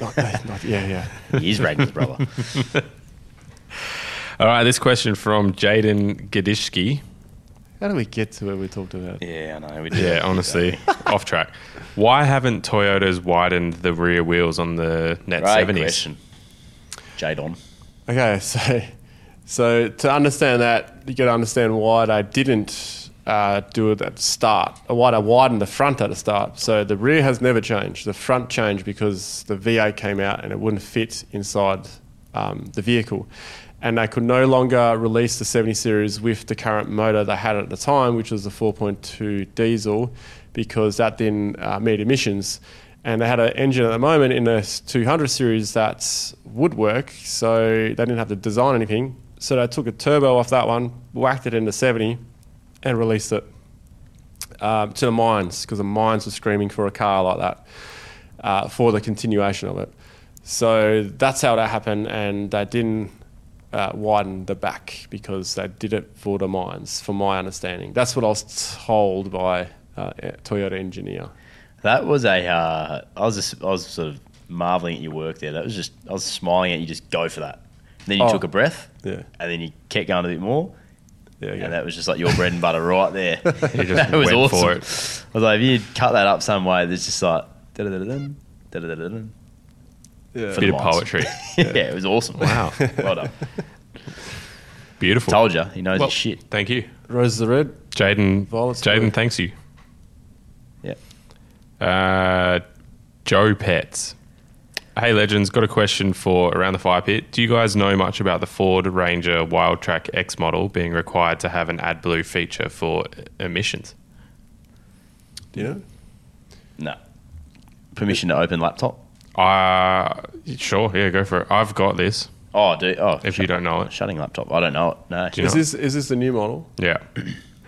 Speaker 3: Not, not, yeah, yeah.
Speaker 1: He is Ragnar's brother.
Speaker 4: All right, this question from Jaden Gadishki.
Speaker 3: How do we get to where we talked about?
Speaker 1: Yeah, I know. We
Speaker 4: Yeah, honestly, off track. Why haven't Toyotas widened the rear wheels on the Net
Speaker 1: Great
Speaker 4: 70s?
Speaker 1: question. Jadon.
Speaker 3: Okay, so so to understand that, you got to understand why they didn't uh, do it at the start, or why they widened the front at the start. So the rear has never changed. The front changed because the V8 came out and it wouldn't fit inside um, the vehicle, and they could no longer release the 70 series with the current motor they had at the time, which was the 4.2 diesel, because that then uh, made emissions and they had an engine at the moment in the 200 series that would work, so they didn't have to design anything. So they took a turbo off that one, whacked it into 70, and released it um, to the mines because the mines were screaming for a car like that uh, for the continuation of it. So that's how that happened, and they didn't uh, widen the back because they did it for the mines, from my understanding. That's what I was told by uh, a Toyota engineer.
Speaker 1: That was a. Uh, I was just, I was sort of marveling at your work there. That was just. I was smiling at you. Just go for that. Then you
Speaker 3: Oh.
Speaker 1: took a breath.
Speaker 3: Yeah.
Speaker 1: And then you kept going a bit more.
Speaker 3: There you go.
Speaker 1: And that was just like your bread and butter right there.
Speaker 4: You just
Speaker 1: that was
Speaker 4: went
Speaker 1: awesome.
Speaker 4: for
Speaker 1: I was like, if you cut that up some way, there's just like. da-da-da-da-dum, da-da-da-da-dum.
Speaker 3: Yeah.
Speaker 1: For the
Speaker 4: Bit of
Speaker 1: mines.
Speaker 4: poetry.
Speaker 1: yeah, it was awesome. Wow. well done.
Speaker 4: Beautiful.
Speaker 1: Told you. He knows
Speaker 4: Well,
Speaker 1: his shit.
Speaker 4: Thank you,
Speaker 3: Rose the Red.
Speaker 4: Jaden.
Speaker 3: Violet's blue.
Speaker 4: Jaden, thanks you.
Speaker 1: Yeah.
Speaker 4: Uh, Joe Pets. Hey, legends, got a question for Around the Fire Pit. Do you guys know much about the Ford Ranger Wildtrak X model being required to have an AdBlue feature for emissions?
Speaker 3: Do you know?
Speaker 1: No. Permission to open laptop.
Speaker 4: Uh, sure, yeah, go for it. I've got this.
Speaker 1: Oh, do oh.
Speaker 4: If you don't know it.
Speaker 1: shutting laptop, I don't know it. No.
Speaker 4: you know-
Speaker 3: Is this is this the new model?
Speaker 4: Yeah.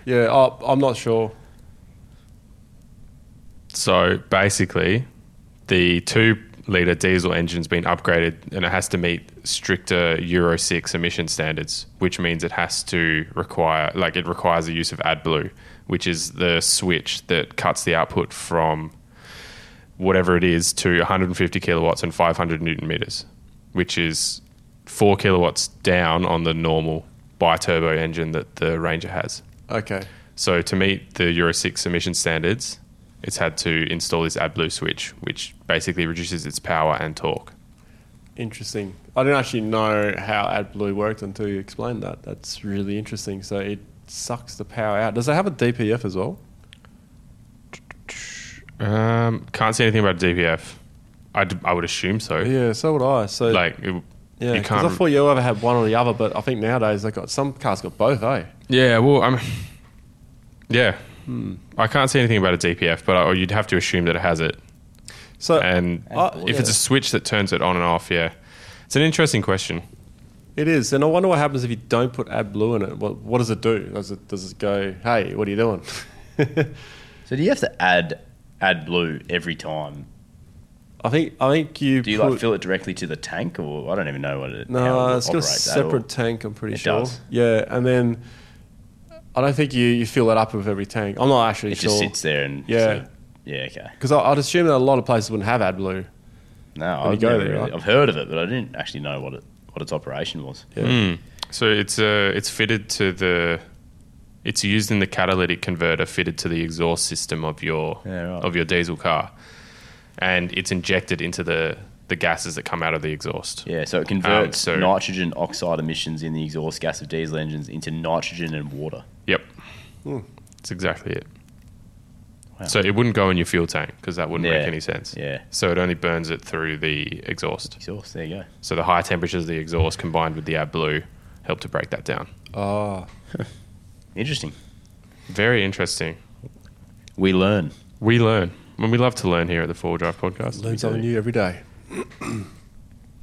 Speaker 3: Yeah, oh, I'm not sure.
Speaker 4: So basically, the two litre diesel engine's been upgraded and it has to meet stricter Euro 6 emission standards, which means it has to require, like, it requires the use of AdBlue, which is the switch that cuts the output from whatever it is to 150 kilowatts and 500 newton meters, which is four kilowatts down on the normal bi turbo engine that the Ranger has.
Speaker 3: Okay.
Speaker 4: So to meet the Euro 6 emission standards, it's had to install this AdBlue switch, which basically reduces its power and torque.
Speaker 3: Interesting. I didn't actually know how AdBlue worked until you explained that. That's really interesting. So it sucks the power out. Does it have a DPF as well?
Speaker 4: Um, can't see anything about DPF. I'd, I would assume so.
Speaker 3: Yeah, so would I. So
Speaker 4: Like, it,
Speaker 3: yeah,
Speaker 4: you
Speaker 3: 'cause
Speaker 4: can't.
Speaker 3: I thought you ever had one or the other, but I think nowadays they got some cars got both. Eh?
Speaker 4: yeah, well, I'm. Yeah,
Speaker 3: Hmm.
Speaker 4: I can't see anything about a DPF, but I, or you'd have to assume that it has it.
Speaker 3: So
Speaker 4: And
Speaker 3: Uh,
Speaker 4: if it's
Speaker 3: yeah.
Speaker 4: a switch that turns it on and off, yeah, it's an interesting question.
Speaker 3: it is, and I wonder what happens if you don't put AdBlue in it. What, what does it do? Does it does it go? Hey, what are you doing?
Speaker 1: So do you have to add add blue every time?
Speaker 3: I think I think you.
Speaker 1: Do you
Speaker 3: put,
Speaker 1: like fill it directly to the tank, or I don't even know what it? how
Speaker 3: No,
Speaker 1: it
Speaker 3: it's got a
Speaker 1: operates at all.
Speaker 3: separate tank. I'm pretty
Speaker 1: It
Speaker 3: sure.
Speaker 1: does.
Speaker 3: Yeah, and then I don't think you, you fill that up with every tank. I'm not actually
Speaker 1: It
Speaker 3: sure.
Speaker 1: just sits there and
Speaker 3: Yeah.
Speaker 1: sort of- yeah, okay.
Speaker 3: Because I'd assume that a lot of places wouldn't have AdBlue.
Speaker 1: No,
Speaker 3: you
Speaker 1: I've,
Speaker 3: go
Speaker 1: never
Speaker 3: there,
Speaker 1: really,
Speaker 3: right?
Speaker 1: I've heard of it, but I didn't actually know what it what its operation was.
Speaker 4: So it's uh, it's fitted to the. It's used in the catalytic converter fitted to the exhaust system of your
Speaker 1: Yeah, right.
Speaker 4: of your diesel car, and it's injected into the the gases that come out of the exhaust.
Speaker 1: Yeah, so it
Speaker 3: Um,
Speaker 1: converts
Speaker 4: so-
Speaker 1: nitrogen oxide emissions in the exhaust gas of diesel engines into nitrogen and water.
Speaker 4: Yep,
Speaker 3: Hmm.
Speaker 4: that's exactly it. So it wouldn't go in your fuel tank because that wouldn't
Speaker 1: Yeah.
Speaker 4: make any sense.
Speaker 1: Yeah.
Speaker 4: So it only burns it through the exhaust.
Speaker 1: Exhaust, there you go.
Speaker 4: So the high temperatures of the exhaust combined with the AdBlue help to break that down.
Speaker 3: Oh,
Speaker 1: Interesting.
Speaker 4: Very interesting.
Speaker 1: We learn.
Speaker 4: We learn. Well, we love to learn here at the Four Wheel Drive Podcast.
Speaker 3: learn something new every day.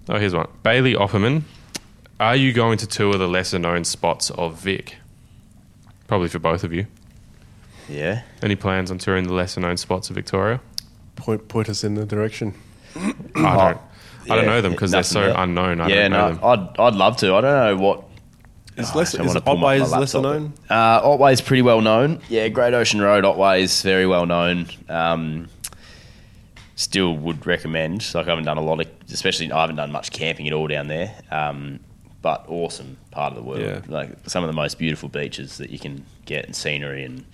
Speaker 4: Oh, here's one. Bailey Opperman. Are you going to tour the lesser known spots of Vic? Probably for both of you.
Speaker 1: Yeah.
Speaker 4: Any plans on touring the lesser known spots of Victoria?
Speaker 3: Point point us in the direction.
Speaker 4: I don't. I don't
Speaker 1: Oh, Yeah.
Speaker 4: know them because they're
Speaker 1: Nothing
Speaker 4: so
Speaker 1: there.
Speaker 4: unknown. I
Speaker 1: yeah,
Speaker 4: don't know
Speaker 1: no,
Speaker 4: them.
Speaker 1: I'd, I'd love to. I don't know what.
Speaker 3: Is
Speaker 1: Ah, I
Speaker 3: less
Speaker 1: don't
Speaker 3: is
Speaker 1: wanna pull my- my
Speaker 3: Otway's lesser
Speaker 1: laptop.
Speaker 3: known?
Speaker 1: Uh, Otway's pretty well known. Yeah, Great Ocean Road, Otway's very well known. Um, still would recommend. Like I haven't done a lot of, especially I haven't done much camping at all down there. Um, but awesome part of the world.
Speaker 3: Yeah.
Speaker 1: Like some of the most beautiful beaches that you can get and scenery and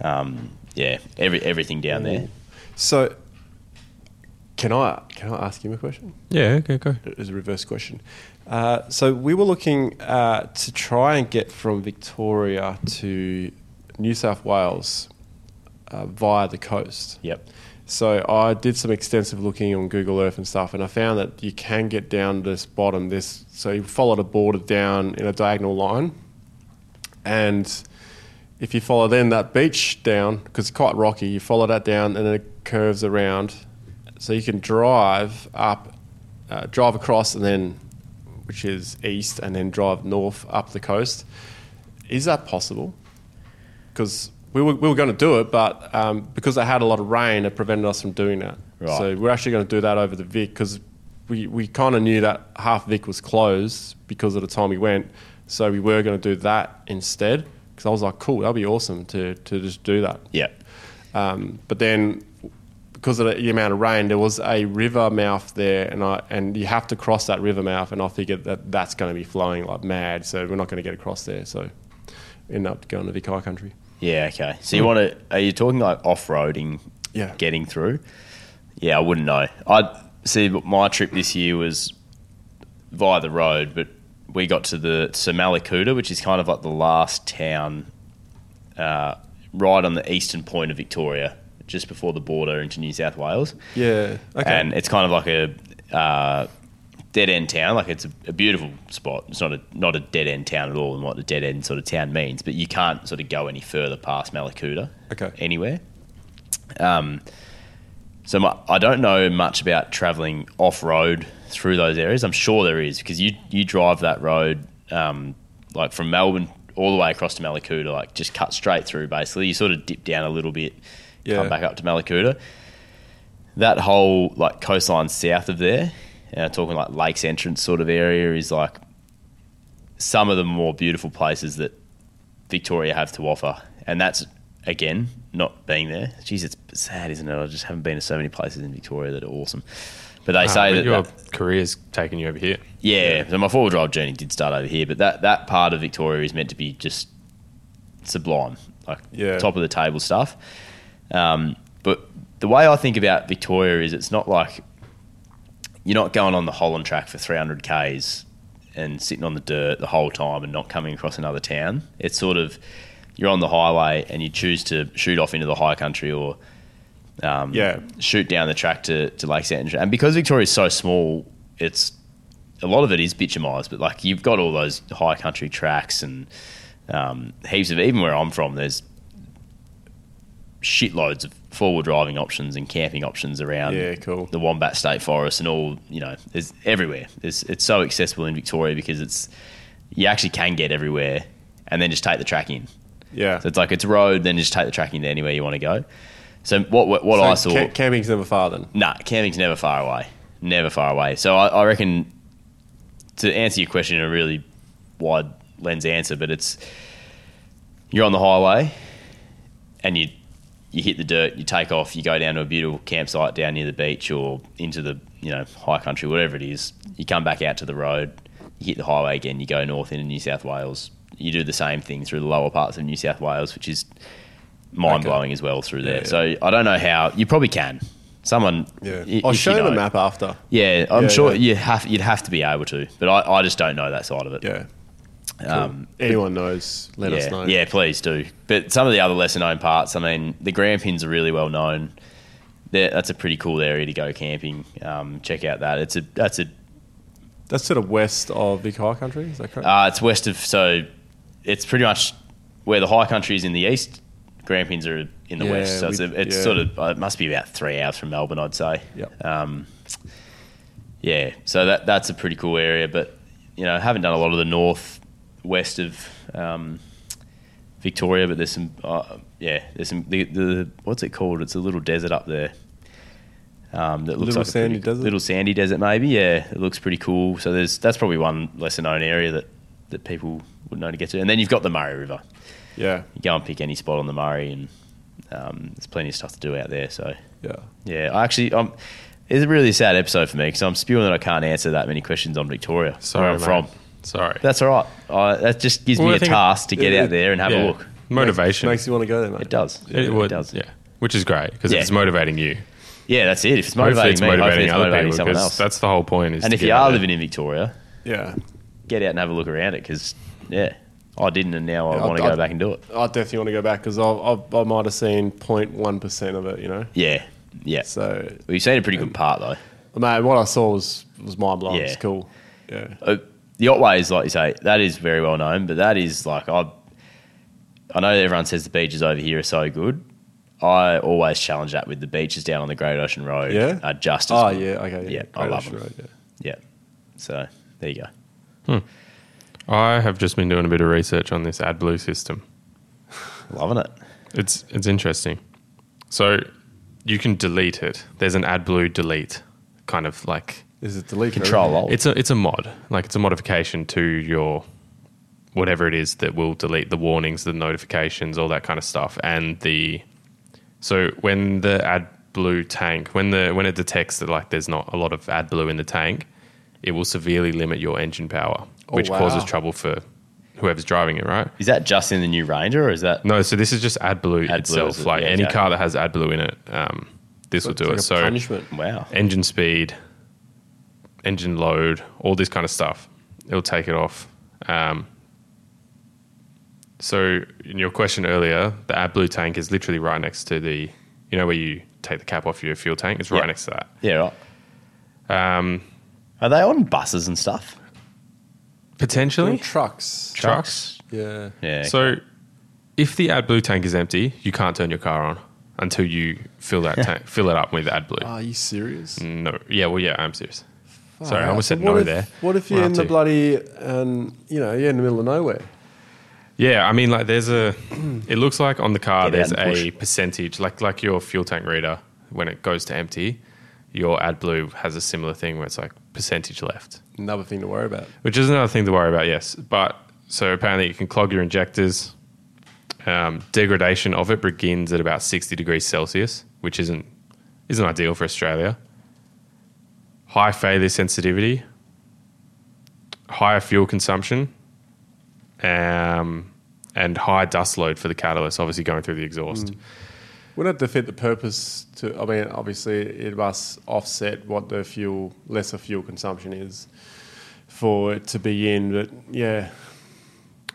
Speaker 1: um, yeah, every everything down there.
Speaker 3: So can I can I ask him a question?
Speaker 4: Yeah, okay, go.
Speaker 3: It is a reverse question. Uh, so we were looking uh, to try and get from Victoria to New South Wales uh, via the coast.
Speaker 1: Yep.
Speaker 3: So I did some extensive looking on Google Earth and stuff, and I found that you can get down this bottom. This so you follow the border down in a diagonal line, and if you follow then that beach down because it's quite rocky, you follow that down and then it curves around, so you can drive up, uh, drive across, and then which is east, and then drive north up the coast. Is that possible? because we were, we were going to do it, but um, because they had a lot of rain, it prevented us from doing that.
Speaker 1: Right.
Speaker 3: So we're actually going to do that over the Vic because we, we kind of knew that half Vic was closed because of the time we went. So we were going to do that instead because I was like, cool, that'd be awesome to, to just do that.
Speaker 1: Yep.
Speaker 3: Um, but then, because of the amount of rain, there was a river mouth there, and I and you have to cross that river mouth, and I figured that that's going to be flowing like mad, so we're not going to get across there. So, end up going to Vic High Country.
Speaker 1: Yeah, okay. So you want to? Are you talking like off roading?
Speaker 3: Yeah.
Speaker 1: Getting through. Yeah, I wouldn't know. I see. But my trip this year was via the road, but we got to the to Malakuta, which is kind of like the last town, uh, right on the eastern point of Victoria, just before the border into New South Wales
Speaker 3: Yeah. Okay.
Speaker 1: and it's kind of like a uh, dead end town. Like it's a, a beautiful spot. It's not a not a dead end town at all, and what a dead end sort of town means. But you can't sort of go any further past Malakuta,
Speaker 3: Okay.
Speaker 1: anywhere. Um, so my, I don't know much about traveling off road through those areas. I'm sure there is because you you drive that road um, like from Melbourne all the way across to Malakuta, like just cut straight through. Basically, you sort of dip down a little bit,
Speaker 3: Yeah.
Speaker 1: come back up to Malakuta. That whole like coastline south of there, uh, talking like lakes entrance sort of area, is like some of the more beautiful places that Victoria have to offer. And that's, again, not being there. Jeez, it's sad, isn't it? I just haven't been to so many places in Victoria that are awesome. But they say that,
Speaker 4: Ah, your
Speaker 1: that-
Speaker 4: career's taking you over here.
Speaker 1: yeah, so my four-wheel drive journey did start over here, but that, that part of Victoria is meant to be just sublime, like
Speaker 3: Yeah.
Speaker 1: top of the table stuff. Um, But the way I think about Victoria is it's not like you're not going on the Holland track for 300 Ks and sitting on the dirt the whole time and not coming across another town. It's sort of you're on the highway and you choose to shoot off into the high country or um,
Speaker 3: Yeah.
Speaker 1: shoot down the track to, to Lake St. And because Victoria's so small, it's a lot of it is bitumised, but like you've got all those high country tracks and um, heaps of even where I'm from, there's shitloads of forward driving options and camping options around
Speaker 3: Yeah, cool.
Speaker 1: the Wombat State Forest and all, you know, there's everywhere. It's, it's so accessible in Victoria because it's you actually can get everywhere and then just take the track in.
Speaker 3: Yeah.
Speaker 1: So it's like it's road, then just take the track in to anywhere you want to go. So what what, what I
Speaker 3: So
Speaker 1: saw
Speaker 3: ca- camping's never far then.
Speaker 1: Nah, camping's never far away. Never far away. So I, I reckon to answer your question in a really wide lens answer, but it's you're on the highway and you you hit the dirt, you take off, you go down to a beautiful campsite down near the beach or into the you know high country, whatever it is. You come back out to the road, you hit the highway again, you go north into New South Wales. You do the same thing through the lower parts of New South Wales, which is mind blowing as well through there.
Speaker 3: yeah.
Speaker 1: So I don't know how you probably can. Someone, i- if
Speaker 3: I'll
Speaker 1: you
Speaker 3: show you a
Speaker 1: know.
Speaker 3: map after.
Speaker 1: Yeah, I'm
Speaker 3: Yeah,
Speaker 1: sure
Speaker 3: yeah.
Speaker 1: you have you'd have to be able to, but I, I just don't know that side of it.
Speaker 3: Yeah.
Speaker 1: Um,
Speaker 3: Anyone knows, let
Speaker 1: yeah,
Speaker 3: us know.
Speaker 1: yeah, please do. But some of the other lesser known parts, I mean, the Grampians are really well known. They're, that's a pretty cool area to go camping. Um, check out that. It's a that's a
Speaker 3: That's to the west of Vic High Country, is that correct?
Speaker 1: uh, it's west of so it's pretty much where the high country is in the east. Grampians are in the
Speaker 3: Yeah,
Speaker 1: west, so it's,
Speaker 3: we-
Speaker 1: a, it's
Speaker 3: yeah.
Speaker 1: sort of uh, it must be about three hours from Melbourne, I'd say.
Speaker 3: Yep.
Speaker 1: Um, yeah, so that that's a pretty cool area, but you know, haven't done a lot of the north west of um, Victoria, but there's some uh, yeah, there's some the, the what's it called? It's a little desert up there. Um, that looks
Speaker 3: Little
Speaker 1: like a
Speaker 3: sandy
Speaker 1: pretty-
Speaker 3: desert?
Speaker 1: Little sandy desert, maybe. Yeah, it looks pretty cool. So there's that's probably one lesser known area that that people would know to get to. And then you've got the Murray River.
Speaker 3: yeah.
Speaker 1: You go and pick any spot on the Murray, and um, there's plenty of stuff to do out there. So
Speaker 3: Yeah.
Speaker 1: yeah, I actually, um, it's a really sad episode for me because I'm spewing that I can't answer that many questions on Victoria.
Speaker 4: Sorry,
Speaker 1: where I'm
Speaker 4: mate.
Speaker 1: from.
Speaker 4: Sorry.
Speaker 1: That's all right. I, that just gives
Speaker 4: Well,
Speaker 1: me
Speaker 4: I
Speaker 1: a
Speaker 4: think-
Speaker 1: task to get
Speaker 3: yeah,
Speaker 1: out there and have
Speaker 4: Yeah.
Speaker 1: a look.
Speaker 4: Motivation.
Speaker 3: Makes you want to go there, mate.
Speaker 1: It does. It,
Speaker 4: it, would,
Speaker 1: does.
Speaker 4: Yeah. Which is great because
Speaker 1: Yeah.
Speaker 4: it's motivating you.
Speaker 1: Yeah, that's it. If it's
Speaker 4: Hopefully
Speaker 1: motivating
Speaker 4: it's
Speaker 1: me, hopefully
Speaker 4: motivating
Speaker 1: it's
Speaker 4: other
Speaker 1: motivating
Speaker 4: people
Speaker 1: someone
Speaker 4: 'cause
Speaker 1: else.
Speaker 4: that's the whole point. Is
Speaker 1: and
Speaker 4: to
Speaker 1: if
Speaker 4: get
Speaker 1: you
Speaker 4: out
Speaker 1: are
Speaker 4: there.
Speaker 1: living in Victoria,
Speaker 3: Yeah.
Speaker 1: get out and have a look around it because, yeah, I didn't and now I
Speaker 3: Yeah, I-
Speaker 1: want to
Speaker 3: I-
Speaker 1: go back and do it.
Speaker 3: I definitely want to go back because I, I, I might have seen 0.1% of it, you know?
Speaker 1: Yeah, yeah.
Speaker 3: So,
Speaker 1: We've seen a pretty good part though.
Speaker 3: mate, what I saw was, was mind blowing.
Speaker 1: Yeah.
Speaker 3: It's cool. Yeah.
Speaker 1: uh, the Otway is like you say that is very well known, but that is like I. I know everyone says the beaches over here are so good. I always challenge that with the beaches down on the Great Ocean Road.
Speaker 3: Yeah?
Speaker 1: are just as
Speaker 3: Oh,
Speaker 1: good.
Speaker 3: yeah. Okay. Yeah.
Speaker 1: Yeah, I
Speaker 3: Great
Speaker 1: love
Speaker 3: Ocean
Speaker 1: them.
Speaker 3: Road, yeah.
Speaker 1: yeah. So there you go.
Speaker 4: I have just been doing a bit of research on this AdBlue system.
Speaker 1: Loving it.
Speaker 4: It's it's interesting. So you can delete it. There's an AdBlue delete kind of like
Speaker 3: Is it delete?
Speaker 1: Control
Speaker 3: right?
Speaker 1: alt.
Speaker 4: it's a it's a mod. Like it's a modification to your whatever it is that will delete the warnings, the notifications, all that kind of stuff. And the so when the AdBlue tank when the when it detects that like there's not a lot of AdBlue in the tank, it will severely limit your engine power,
Speaker 3: Oh,
Speaker 4: which causes
Speaker 3: wow.
Speaker 4: trouble for whoever's driving it, right?
Speaker 1: is that just in the new Ranger or is that
Speaker 4: No, so this is just AdBlue,
Speaker 1: AdBlue
Speaker 4: itself.
Speaker 1: is it?
Speaker 4: like
Speaker 1: Yeah,
Speaker 4: any
Speaker 1: okay.
Speaker 4: car that has AdBlue in it, um, this will
Speaker 3: It's
Speaker 4: do
Speaker 3: like
Speaker 4: it.
Speaker 3: a
Speaker 4: So
Speaker 3: punishment.
Speaker 1: wow?
Speaker 4: engine speed, engine load, all this kind of stuff. It'll take it off. Um, so in your question earlier, the AdBlue tank is literally right next to the, you know, where you take the cap off your fuel tank. It's right
Speaker 1: Yeah.
Speaker 4: next to that.
Speaker 1: Yeah. Right. Um,
Speaker 4: Um,
Speaker 1: are they on buses and stuff?
Speaker 4: Potentially
Speaker 3: Little Trucks.
Speaker 4: trucks.
Speaker 3: Yeah.
Speaker 1: Yeah.
Speaker 4: So if the AdBlue tank is empty, you can't turn your car on until you fill that tank, fill it up with AdBlue.
Speaker 3: Are you serious?
Speaker 1: Mm,
Speaker 4: No. Yeah. Well. Yeah. I'm serious. Sorry, I
Speaker 3: Alright,
Speaker 4: almost
Speaker 3: so
Speaker 4: said
Speaker 3: what
Speaker 4: no
Speaker 3: if,
Speaker 4: there.
Speaker 3: What if
Speaker 4: Went
Speaker 3: you're
Speaker 4: up
Speaker 3: in the
Speaker 4: to-
Speaker 3: bloody and you know you're in the middle of nowhere?
Speaker 4: Yeah. I mean, like, there's a. It looks like on the car
Speaker 1: Get out
Speaker 4: there's
Speaker 1: and
Speaker 4: a percentage, like like your fuel tank reader when it goes to empty, your AdBlue has a similar thing where it's like percentage left,
Speaker 3: Another thing to worry about.
Speaker 4: which is another thing to worry about. Yes, but so apparently it can clog your injectors. Um, degradation of it begins at about 60 degrees Celsius, which isn't isn't ideal for Australia. High failure sensitivity, higher fuel consumption, um, and high dust load for the catalyst, obviously going through the exhaust.
Speaker 3: Wouldn't it defeat the purpose to? I mean, obviously, it must offset what the fuel, lesser fuel consumption is for it to be in. But yeah,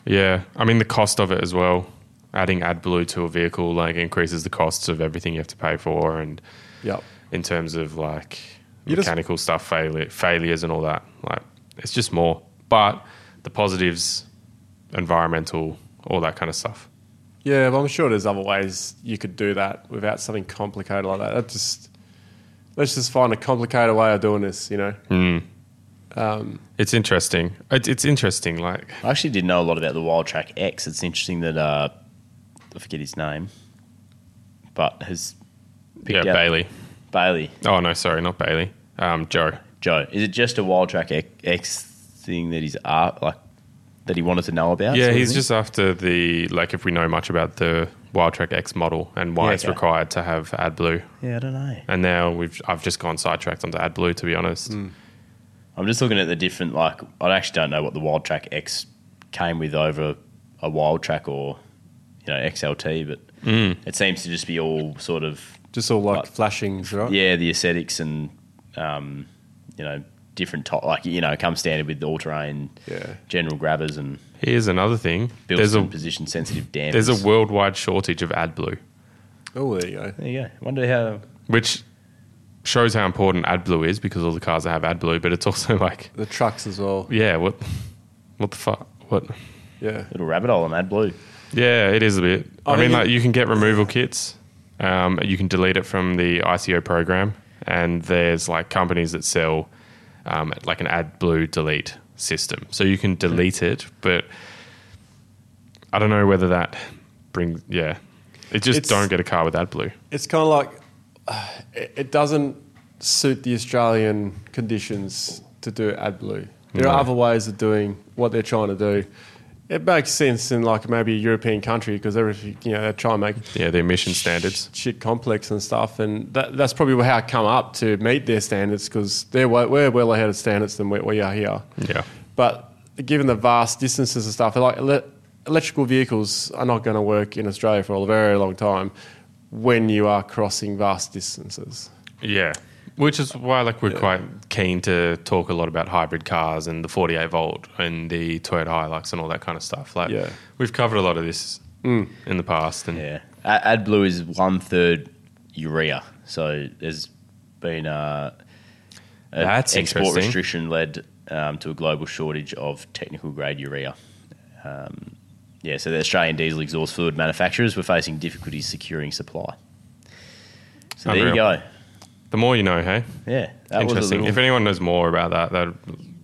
Speaker 4: Yeah, I mean the cost of it as well. Adding AdBlue to a vehicle like increases the costs of everything you have to pay for, and
Speaker 3: yep.
Speaker 4: in terms of like
Speaker 3: You just-
Speaker 4: mechanical stuff, failure, failures, and all that. Like it's just more. But the positives, environmental, all that kind of stuff.
Speaker 3: Yeah, but I'm sure there's other ways you could do that without something complicated like that. That just let's just find a complicated way of doing this. You know,
Speaker 4: It's interesting. It, it's interesting. Like
Speaker 1: I actually didn't know a lot about the Wild Track X. It's interesting that uh, I forget his name, but has
Speaker 4: yeah,
Speaker 1: picked out
Speaker 4: Bailey.
Speaker 1: Bailey
Speaker 4: Oh no, sorry, not Bailey. Um, Joe.
Speaker 1: Joe. Is it just a Wild Track X- X thing that he's uh, like that he wanted to know about? sort
Speaker 4: yeah,
Speaker 1: of
Speaker 4: he's
Speaker 1: thing?
Speaker 4: just after the like if we know much about the Wildtrack X model and why
Speaker 1: Yeah,
Speaker 4: it's
Speaker 1: okay.
Speaker 4: required to have AdBlue.
Speaker 1: yeah. I don't know.
Speaker 4: and now we've I've just gone sidetracked onto AdBlue to be honest.
Speaker 3: Hmm.
Speaker 1: I'm just looking at the different like I actually don't know what the Wild Track X came with over a Wild Track or you know XLT, but
Speaker 4: Mm.
Speaker 1: it seems to just be all sort of
Speaker 3: just all like
Speaker 1: Like-
Speaker 3: flashings, right?
Speaker 1: yeah the aesthetics and um, you know different top like you know come standard with the all terrain
Speaker 3: Yeah.
Speaker 1: general grabbers and
Speaker 4: Here's another thing.
Speaker 1: built
Speaker 4: There's
Speaker 1: in
Speaker 4: a
Speaker 1: position sensitive dampers.
Speaker 4: there's a worldwide shortage of AdBlue,
Speaker 3: Oh, there you go.
Speaker 1: there you go. Wonder how
Speaker 4: which shows how important AdBlue is because all the cars that have AdBlue, but it's also like
Speaker 3: The trucks as well.
Speaker 4: yeah, what what the fuck what
Speaker 3: Yeah.
Speaker 1: little rabbit hole on AdBlue.
Speaker 4: yeah, it is a bit. I,
Speaker 3: I
Speaker 4: mean,
Speaker 3: mean,
Speaker 4: like you can get removal kits. Um, you can delete it from the ICO program, and there's like companies that sell um, like an AdBlue delete system, so you can delete it. But I don't know whether that brings. Yeah, it just
Speaker 3: It's-
Speaker 4: don't get a car with AdBlue.
Speaker 3: It's kind of like uh, it it doesn't suit the Australian conditions to do AdBlue. There
Speaker 4: No.
Speaker 3: are other ways of doing what they're trying to do. It makes sense in like maybe a European country because everything you know they try and make
Speaker 4: Yeah, the emission standards.
Speaker 3: shit complex and stuff, and that, that's probably how I come up to meet their standards because they're wa- we're well ahead of standards than we, we are here.
Speaker 4: Yeah.
Speaker 3: But given the vast distances and stuff, like ele- electrical vehicles are not going to work in Australia for a very long time when you are crossing vast distances.
Speaker 4: Yeah. Which is why like we're quite keen to talk a lot about hybrid cars and the 48 volt and the Toyota Hilux and all that kind of stuff. Like
Speaker 3: Yeah.
Speaker 4: we've covered a lot of this in the past and
Speaker 1: Yeah, A- AdBlue is one third urea, so there's been uh, a
Speaker 4: That's
Speaker 1: export
Speaker 4: interesting.
Speaker 1: restriction led um, to a global shortage of technical grade urea. Um, yeah, so the Australian diesel exhaust fluid manufacturers were facing difficulties securing supply. So there
Speaker 4: Unreal.
Speaker 1: you go.
Speaker 4: the more you know, hey.
Speaker 1: Yeah, that was a
Speaker 4: Interesting.
Speaker 1: little-
Speaker 4: if anyone knows more about that, that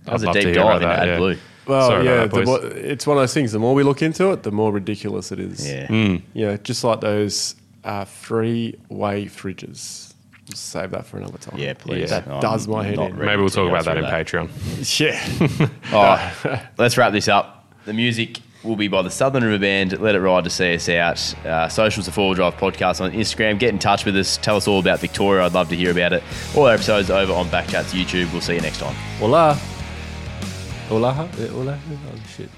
Speaker 1: that was
Speaker 4: I'd
Speaker 1: a
Speaker 4: love to
Speaker 1: deep
Speaker 4: hear about
Speaker 1: dive into
Speaker 4: that. yeah.
Speaker 1: AdBlue.
Speaker 3: Well,
Speaker 4: Sorry about
Speaker 3: yeah,
Speaker 4: that,
Speaker 3: the
Speaker 4: boys.
Speaker 3: more, it's one of those things. The more we look into it, the more ridiculous it is.
Speaker 1: Yeah.
Speaker 4: Hmm.
Speaker 3: you know, just like those uh, three-way fridges. Save that for another time.
Speaker 1: Yeah, please.
Speaker 4: Yeah.
Speaker 3: That does my head
Speaker 1: not
Speaker 3: in.
Speaker 1: ready
Speaker 4: Maybe we'll
Speaker 1: to
Speaker 4: talk
Speaker 1: go
Speaker 4: about that
Speaker 1: through
Speaker 4: in Patreon.
Speaker 3: Yeah.
Speaker 1: All right, Oh, let's wrap this up. The music will be by the Southern River Band. Let it ride to see us out. Uh, socials, the Four Wheel Drive Podcast on Instagram. Get in touch with us. Tell us all about Victoria. I'd love to hear about it. All our episodes over on Backchat's YouTube. We'll see you next time.
Speaker 3: Hola. Hola. Hola. Oh, shit.